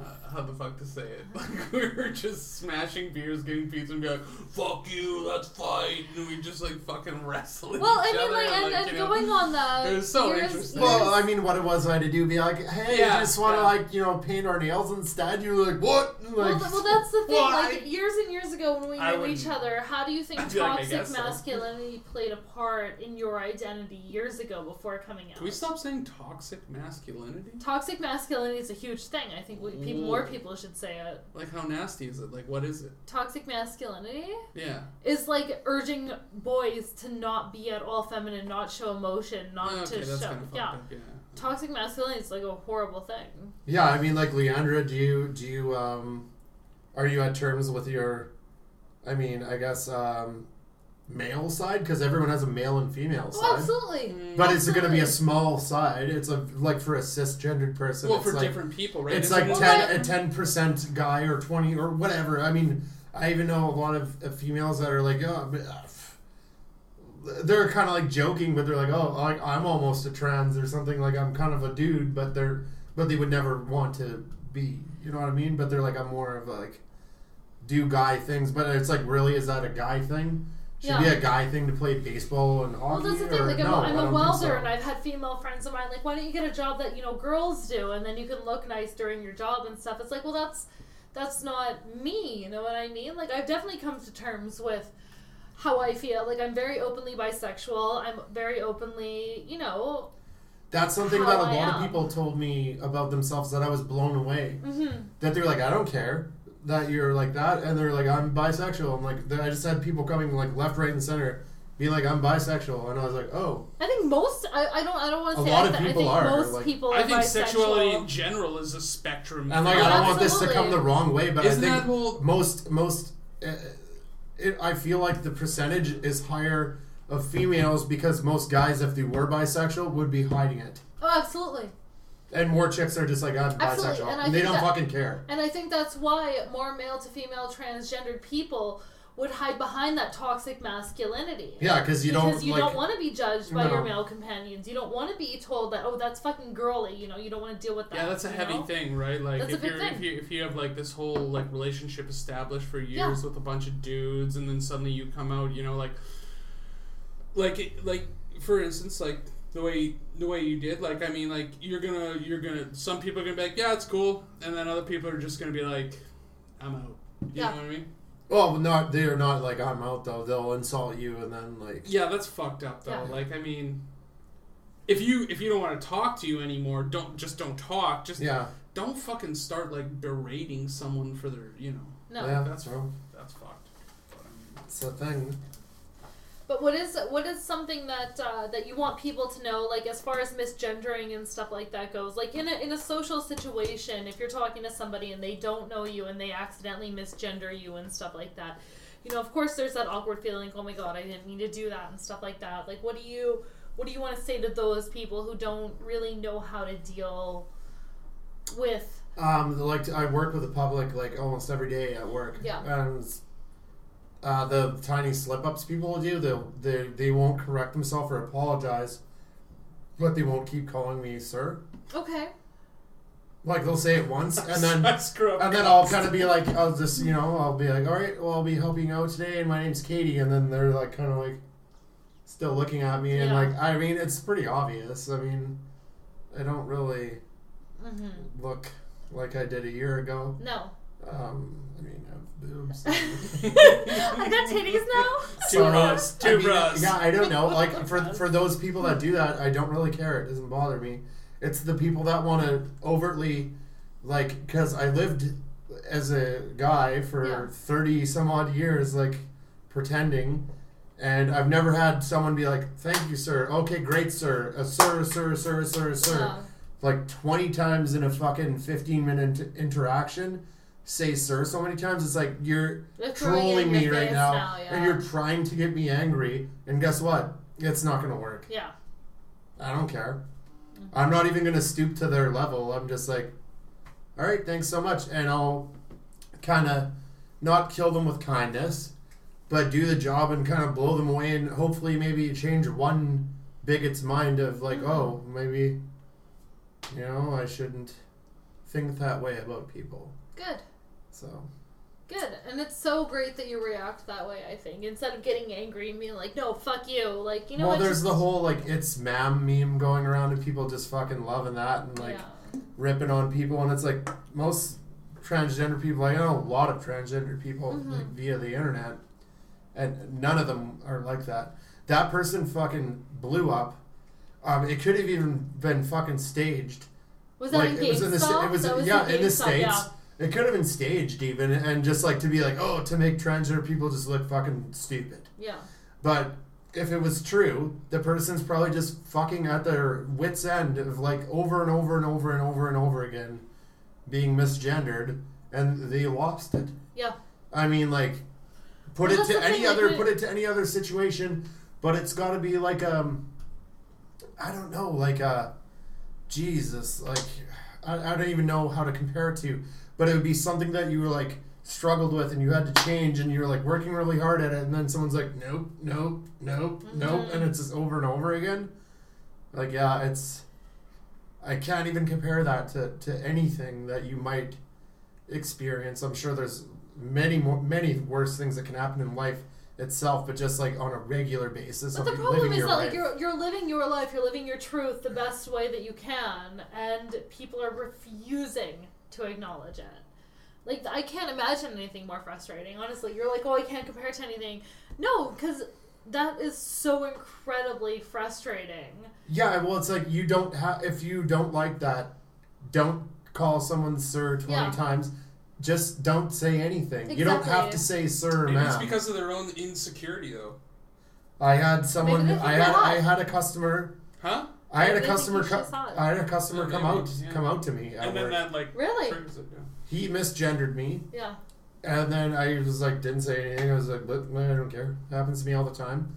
A: uh, how the fuck to say it. Like we were just smashing beers, getting pizza, and going, "Fuck you, let's fight," and we just like fucking wrestling.
B: Well,
A: each
B: I mean,
A: other,
B: like, and, and
A: you know,
B: going on the.
A: It was so
B: years-
A: interesting.
B: years-
C: well i mean what it was i had to do be like hey
A: Yeah,
C: i just want to
A: yeah.
C: like you know paint our nails instead you're like what And,
B: well,
C: like
B: th- well, that's the thing.
A: Why?
B: Like years and years ago, when we
A: I
B: knew each
A: wouldn't-
B: other, how do you think
A: I'd be like, I
B: toxic
A: guess so.
B: masculinity played a part in your identity years ago before coming out?
A: Can we stop saying toxic masculinity?
B: Toxic masculinity is a huge thing. I think we, peop
A: Ooh.
B: more people should say it.
A: Like, how nasty is it? Like, what is it?
B: Toxic masculinity
A: Yeah.
B: is like urging boys to not be at all feminine, not show emotion, not
A: Oh, okay,
B: to
A: that's
B: show.
A: kind of fucked
B: yeah,
A: up. Yeah.
B: toxic masculinity is like a horrible thing.
C: Yeah, I mean, like Leandra, do you do you um, are you at terms with your, I mean, I guess um, male side because everyone has a male and female
B: Oh,
C: side,
B: absolutely.
A: Mm.
C: but it's going to be a
B: absolutely.
C: small side. It's a like for a cisgendered person.
A: Well,
C: it's
A: for
C: like,
A: different people, right?
C: It's
A: Isn't
C: like
A: it-
C: ten a ten percent guy or twenty or whatever. I mean, I even know a lot of uh, females that are like, oh, but, uh, f-" they're kind of like joking, but they're like, oh, like I'm almost a trans or something. Like I'm kind of a dude, but they're but they would never want to be. You know what I mean? But they're like, I'm more of like do guy things. But it's like, really, is that a guy thing? Should be
B: Yeah.
C: a guy thing to play baseball and
B: Well,
C: hockey.
B: that's the thing.
C: or-
B: Like,
C: no, I
B: I'm, a-
C: don't
B: I'm a
C: think
B: welder,
C: so.
B: and I've had female friends of mine like, "Why don't you get a job that you know girls do, and then you can look nice during your job and stuff." It's like, well, that's that's not me. You know what I mean? Like, I've definitely come to terms with how I feel. Like, I'm very openly bisexual. I'm very openly, you know,
C: That's something
B: how
C: that a
B: I
C: lot of
B: am.
C: people told me about themselves that I was blown away.
B: Mm-hmm.
C: That they're like, I don't care that you're like that, and they're like, I'm bisexual. I'm like, I just had people coming like left, right, and center, be like, I'm bisexual, and I was like, oh,
B: I think most. I, I don't. I don't want
C: A
B: to say.
C: lot
B: I,
C: of
B: th- I
C: people
B: think
C: are,
B: most
C: like-
B: people. Are
A: I think
B: bisexual.
A: sexuality in general is a spectrum.
C: and like
B: Oh,
C: I don't want this to
B: absolutely.
C: come the wrong way, but
A: Isn't
C: I think
A: that whole-
C: most most, uh, it, I feel like the percentage is higher of females because most guys, if they were bisexual, would be hiding it,
B: Oh, absolutely.
C: and more chicks are just like, I'm
B: Absolutely,
C: bisexual,
B: and I
C: they
B: think
C: don't
B: that-
C: fucking care.
B: And I think that's why more male to female transgendered people would hide behind that toxic masculinity.
C: Yeah, because you
B: because
C: don't
B: you
C: like,
B: don't want to be judged by your
C: No.
B: male companions. You don't want to be told that oh that's fucking girly. You know you don't want to deal with that.
A: yeah, that's a
B: you
A: heavy
B: know?
A: thing, right? Like
B: That's a
A: if
B: big
A: you're
B: thing.
A: if you if you have like this whole like relationship established for years
B: Yeah.
A: with a bunch of dudes, and then suddenly you come out, you know, like like it, like for instance, like the way the way you did, like I mean, like you're gonna you're gonna some people are gonna be like, yeah, it's cool, and then other people are just gonna be like, I'm out. You
B: Yeah.
A: know what I mean?
C: Well, not they're not like I'm out though. They'll insult you and then like
A: Yeah, that's fucked up though.
B: Yeah.
A: Like I mean, if you if you don't want to talk to you anymore, don't just don't talk. Just
C: yeah,
A: don't fucking start like berating someone for their you know
B: No,
C: yeah.
A: that's-
C: That's wrong.
A: that's fucked. But, I mean,
C: It's a thing.
B: but what is what is something that uh, that you want people to know? Like as far as misgendering and stuff like that goes, like in a in a social situation, if you're talking to somebody and they don't know you and they accidentally misgender you and stuff like that, you know of course there's that awkward feeling. Oh my god, I didn't mean to do that and stuff like that. Like what do you what do you want to say to those people who don't really know how to deal with
C: Um, like I work with the public like almost every day at work.
B: Yeah.
C: And uh, the tiny slip ups people will do, they they they won't correct themselves or apologize, but they won't keep calling me sir.
B: Okay.
C: Like they'll say it once and then
A: I screw up.
C: And then I'll kind of be like, I'll just, you know, I'll be like, all right, well, I'll be helping out today, and my name's Katie. And then they're like, kind of like, still looking at me, and
B: Yeah.
C: like, I mean, it's pretty obvious. I mean, I don't really
B: hmm
C: look like I did a year ago.
B: No.
C: Um, I mean, I have boobs.
B: I got titties now.
A: Two bros.
C: I
A: Two
C: mean,
A: bros.
C: Yeah, I don't know. Like for for those people that do that, I don't really care. It doesn't bother me. It's the people that want to overtly, like, because I lived as a guy
B: Yeah.
C: for thirty some odd years, like pretending, and I've never had someone be like, "Thank you, sir." Okay, great, sir. A sir, sir, sir, sir, sir.
B: Oh.
C: Like twenty times in a fucking fifteen minute interaction. Say sir so many times, it's like you're
B: They're throwing it
C: trolling
B: in your
C: me right
B: face
C: now,
B: now, yeah.
C: and you're trying to get me angry. And guess what? It's not gonna work.
B: Yeah.
C: I don't care. I'm not even gonna stoop to their level. I'm just like, all right, thanks so much, and I'll kind of not kill them with kindness, but do the job and kind of blow them away, and hopefully maybe change one bigot's mind of like,
B: Mm-hmm.
C: oh, maybe, you know, I shouldn't think that way about people.
B: Good.
C: So
B: Good. And it's so great that you react that way, I think. Instead of getting angry and being like, no, fuck you. Like, you know
C: well,
B: what?
C: there's
B: just-
C: the whole like it's ma'am meme going around and people just fucking loving that and like
B: yeah.
C: ripping on people and it's like most transgender people. I know a lot of transgender people like,
B: Mm-hmm.
C: via the internet, and none of them are like that. That person fucking blew up. Um, it could have even been fucking staged.
B: Was that
C: like
B: in
C: it was in the sta-
B: GameStop?
C: it was,
B: That
C: yeah in the
B: GameStop,
C: states.
B: yeah.
C: It could have been staged even and just like to be like oh to make transgender people just look fucking stupid.
B: Yeah.
C: But if it was true, the person's probably just fucking at their wits' end of like over and over and over and over and over again being misgendered, and they lost it.
B: Yeah.
C: I mean, like, put
B: Well,
C: it
B: that's
C: to
B: the
C: any
B: thing, like,
C: other,
B: we-
C: put it to any other situation, but it's got to be like um, I don't know, like uh, Jesus, like I, I don't even know how to compare it to, but it would be something that you were like struggled with and you had to change and you were like working really hard at it, and then someone's like, nope, nope, nope,
B: Mm-hmm.
C: nope, and it's just over and over again. Like, yeah, it's. I can't even compare that to, to anything that you might experience. I'm sure there's many more, many worse things that can happen in life itself, but just like on a regular basis.
B: But
C: of
B: the
C: you
B: problem
C: living
B: is
C: your
B: that
C: life.
B: like you're you're living your life, you're living your truth the best way that you can, and people are refusing to acknowledge it. Like I can't imagine anything more frustrating. Honestly, you're like, oh, I can't compare it to anything. No, because that is so incredibly frustrating.
C: Yeah, well, it's like you don't have. If you don't like that, don't call someone sir twenty
B: Yeah.
C: times. Just don't say anything. You don't have
B: Exactly.
C: to say sir, or
A: Maybe it's
C: ma'am.
A: because of their own insecurity, though.
C: I had someone.
B: Maybe they
C: I
B: think
C: had.
B: they're
C: I
B: hot.
C: had a customer.
A: Huh?
C: I had
B: Maybe
C: a
B: they think
C: customer.
B: you should
C: Co-
B: stop.
C: I had a customer
A: Yeah,
C: come
A: maybe,
C: out.
A: yeah.
C: Come out to me. At
A: and then
C: work.
A: that, like,
B: Really?
A: triggers it, yeah.
C: he misgendered me,
B: Yeah.
C: and then I was like, didn't say anything. I was like, "Look, I don't care. It happens to me all the time.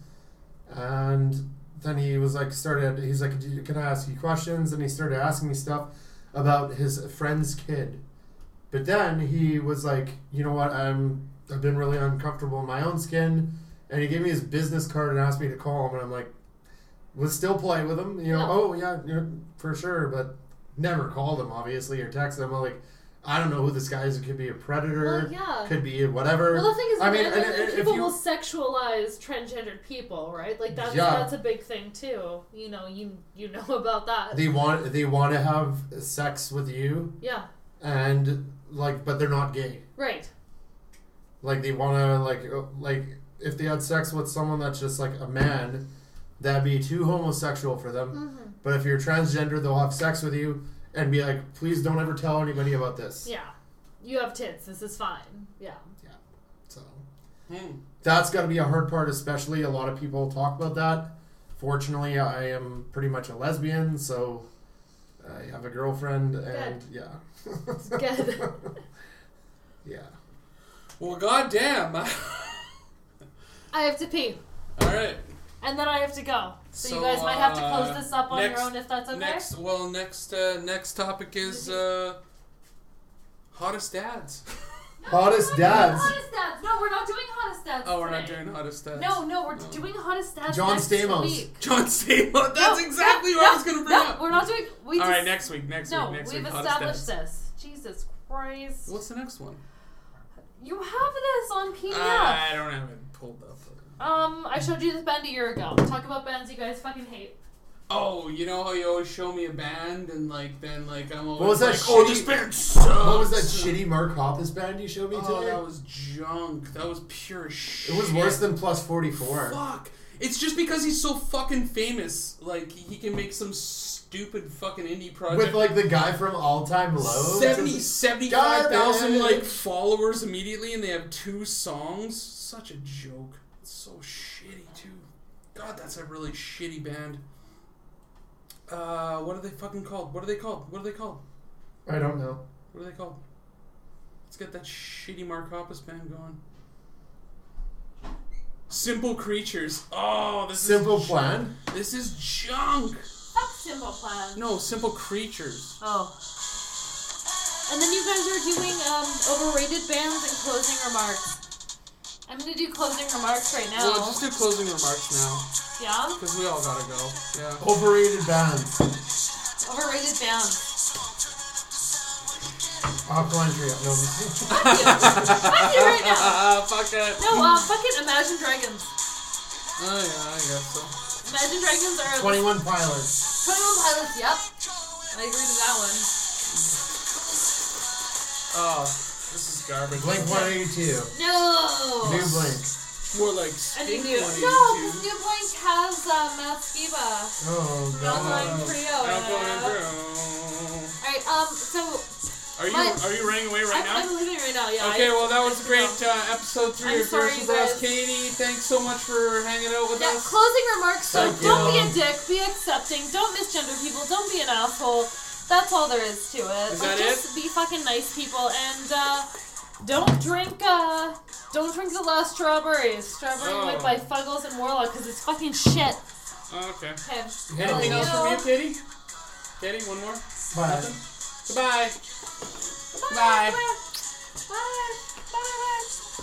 C: And then he was like, started. He's like, "Do you- can I ask you questions? And he started asking me stuff about his friend's kid. But then he was like, you know what? I'm I've been really uncomfortable in my own skin, and he gave me his business card and asked me to call him, and I'm like, was still polite with him, you know?
B: Yeah.
C: Oh yeah, you know, for sure, but never called him obviously or texted him. I'm like, I don't know who this guy is. It could be a predator.
B: Well, yeah.
C: Could be whatever.
B: Well, the thing is,
C: I mean,
B: and-
C: and-
B: and
C: and if
B: people
C: you-
B: will sexualize transgendered people, right? Like that's
C: Yeah.
B: that's a big thing too. You know, you you know about that.
C: they want they want to have sex with you,
B: yeah.
C: and like, but they're not gay.
B: Right.
C: like they want to like uh, like if they had sex with someone that's just like a man that'd be too homosexual for them
B: Mm.
C: but if you're transgender they'll have sex with you and be like please don't ever tell anybody about this
B: Yeah. You have tits. This is fine. Yeah.
C: so
A: Hmm.
C: that's got to be a hard part especially a lot of people talk about that fortunately i am pretty much a lesbian so i have a girlfriend and yeah
B: Good.
C: yeah
A: Well, goddamn. All
B: I have to pee.
A: right.
B: And then I have to go. So,
A: So,
B: you guys might have to close
A: uh,
B: this up on
A: next-
B: your own if that's okay.
A: Next, well, next, uh, next topic is uh, hottest dads.
C: hottest
B: We're not doing
C: dads
B: Hottest dads. No, we're not doing hottest dads.
A: Oh, we're not
B: today.
A: doing hottest dads.
B: No, no, we're doing hottest dads.
C: John
B: next
C: Stamos.
B: Week.
A: John Stamos. That's
B: No,
A: exactly
B: no,
A: what I
B: no,
A: was gonna bring
B: no,
A: up.
B: We're not doing. We
A: All
B: just,
A: right, next week. Next
B: No,
A: week. Next
B: we've
A: week. hottest
B: established
A: dads.
B: this. Jesus Christ!
A: What's the next one?
B: You have this on PDF.
A: Uh, I don't have it pulled up.
B: um, I showed you this band a year ago. Talk about bands you guys fucking hate.
A: oh, you know how you always show me a band, and like then like I'm always
C: What was that
A: like, oh,
C: shitty-
A: this band sucks.
C: What was that shitty Mark Hoppus band you showed me
A: Oh,
C: today?
A: that was junk. That was pure shit.
C: it was worse than plus forty four.
A: Fuck. It's just because he's so fucking famous. Like he can make some stupid fucking indie project.
C: With like the guy from All Time Low.
A: 70,
C: It's-
A: 75,000
C: Garbage.
A: like followers immediately, and they have two songs. Such a joke. It's so shitty too. God, that's a really shitty band. Uh, what are they fucking called? What are they called? What are they called?
C: I don't know.
A: What are they called? Let's get that shitty Mark Hoppus band going. Simple creatures. Oh, this
C: Simple
A: is
C: Plan.
A: This is junk.
B: Fuck Simple Plan.
A: No, simple creatures.
B: Oh. And then you guys are doing um, overrated bands and closing remarks. I'm gonna do closing remarks right now.
A: Well, just do closing remarks now,
B: yeah?
A: because we all gotta go. Yeah.
C: Overrated bands.
B: Overrated bands.
C: Alkaline Trio. No, this-
B: Fuck you! Fuck you right now!
A: Fuck it.
B: No, uh, fucking Imagine Dragons.
A: Oh yeah, I guess
B: Imagine Dragons are a-
C: 21 Pilots.
B: 21 Pilots, yep. I agree with that one.
A: so. Oh, this is garbage.
C: Blink 182.
B: No!
C: New Blink.
A: more like
B: And he
A: stink
B: knew. No,
A: one.
B: because New Blank has uh, Matt Skiba.
C: Oh, God.
B: Alkaline Trio. Alright, um, so
A: Are you
B: What?
A: are you running away right now?
B: I'm, I'm leaving right now, yeah.
A: Okay,
B: I-
A: well, that was a
B: I-
A: great uh, episode three of
B: I'm sorry,
A: Versus
B: you
A: Last
B: guys.
A: Katie. Thanks so much for hanging out with
B: Yeah,
A: us.
B: closing remarks. So
C: Thank
B: don't
C: you.
B: be a dick. Be accepting. Don't misgender people. Don't be an asshole. That's all there is to it.
A: Is
B: like,
A: that
B: just be fucking nice people and uh, don't drink. Uh, don't drink the last strawberries. Strawberry
A: Oh.
B: Whip by Fuggles and Warlock because it's fucking shit.
A: Oh, okay.
B: Okay.
A: Anything
B: you.
A: else
C: Hey,
A: from you, Katie? Katie, one more.
C: but
A: Nothing. Goodbye.
B: Bye.
A: Bye.
B: Bye. Bye. Bye. Bye.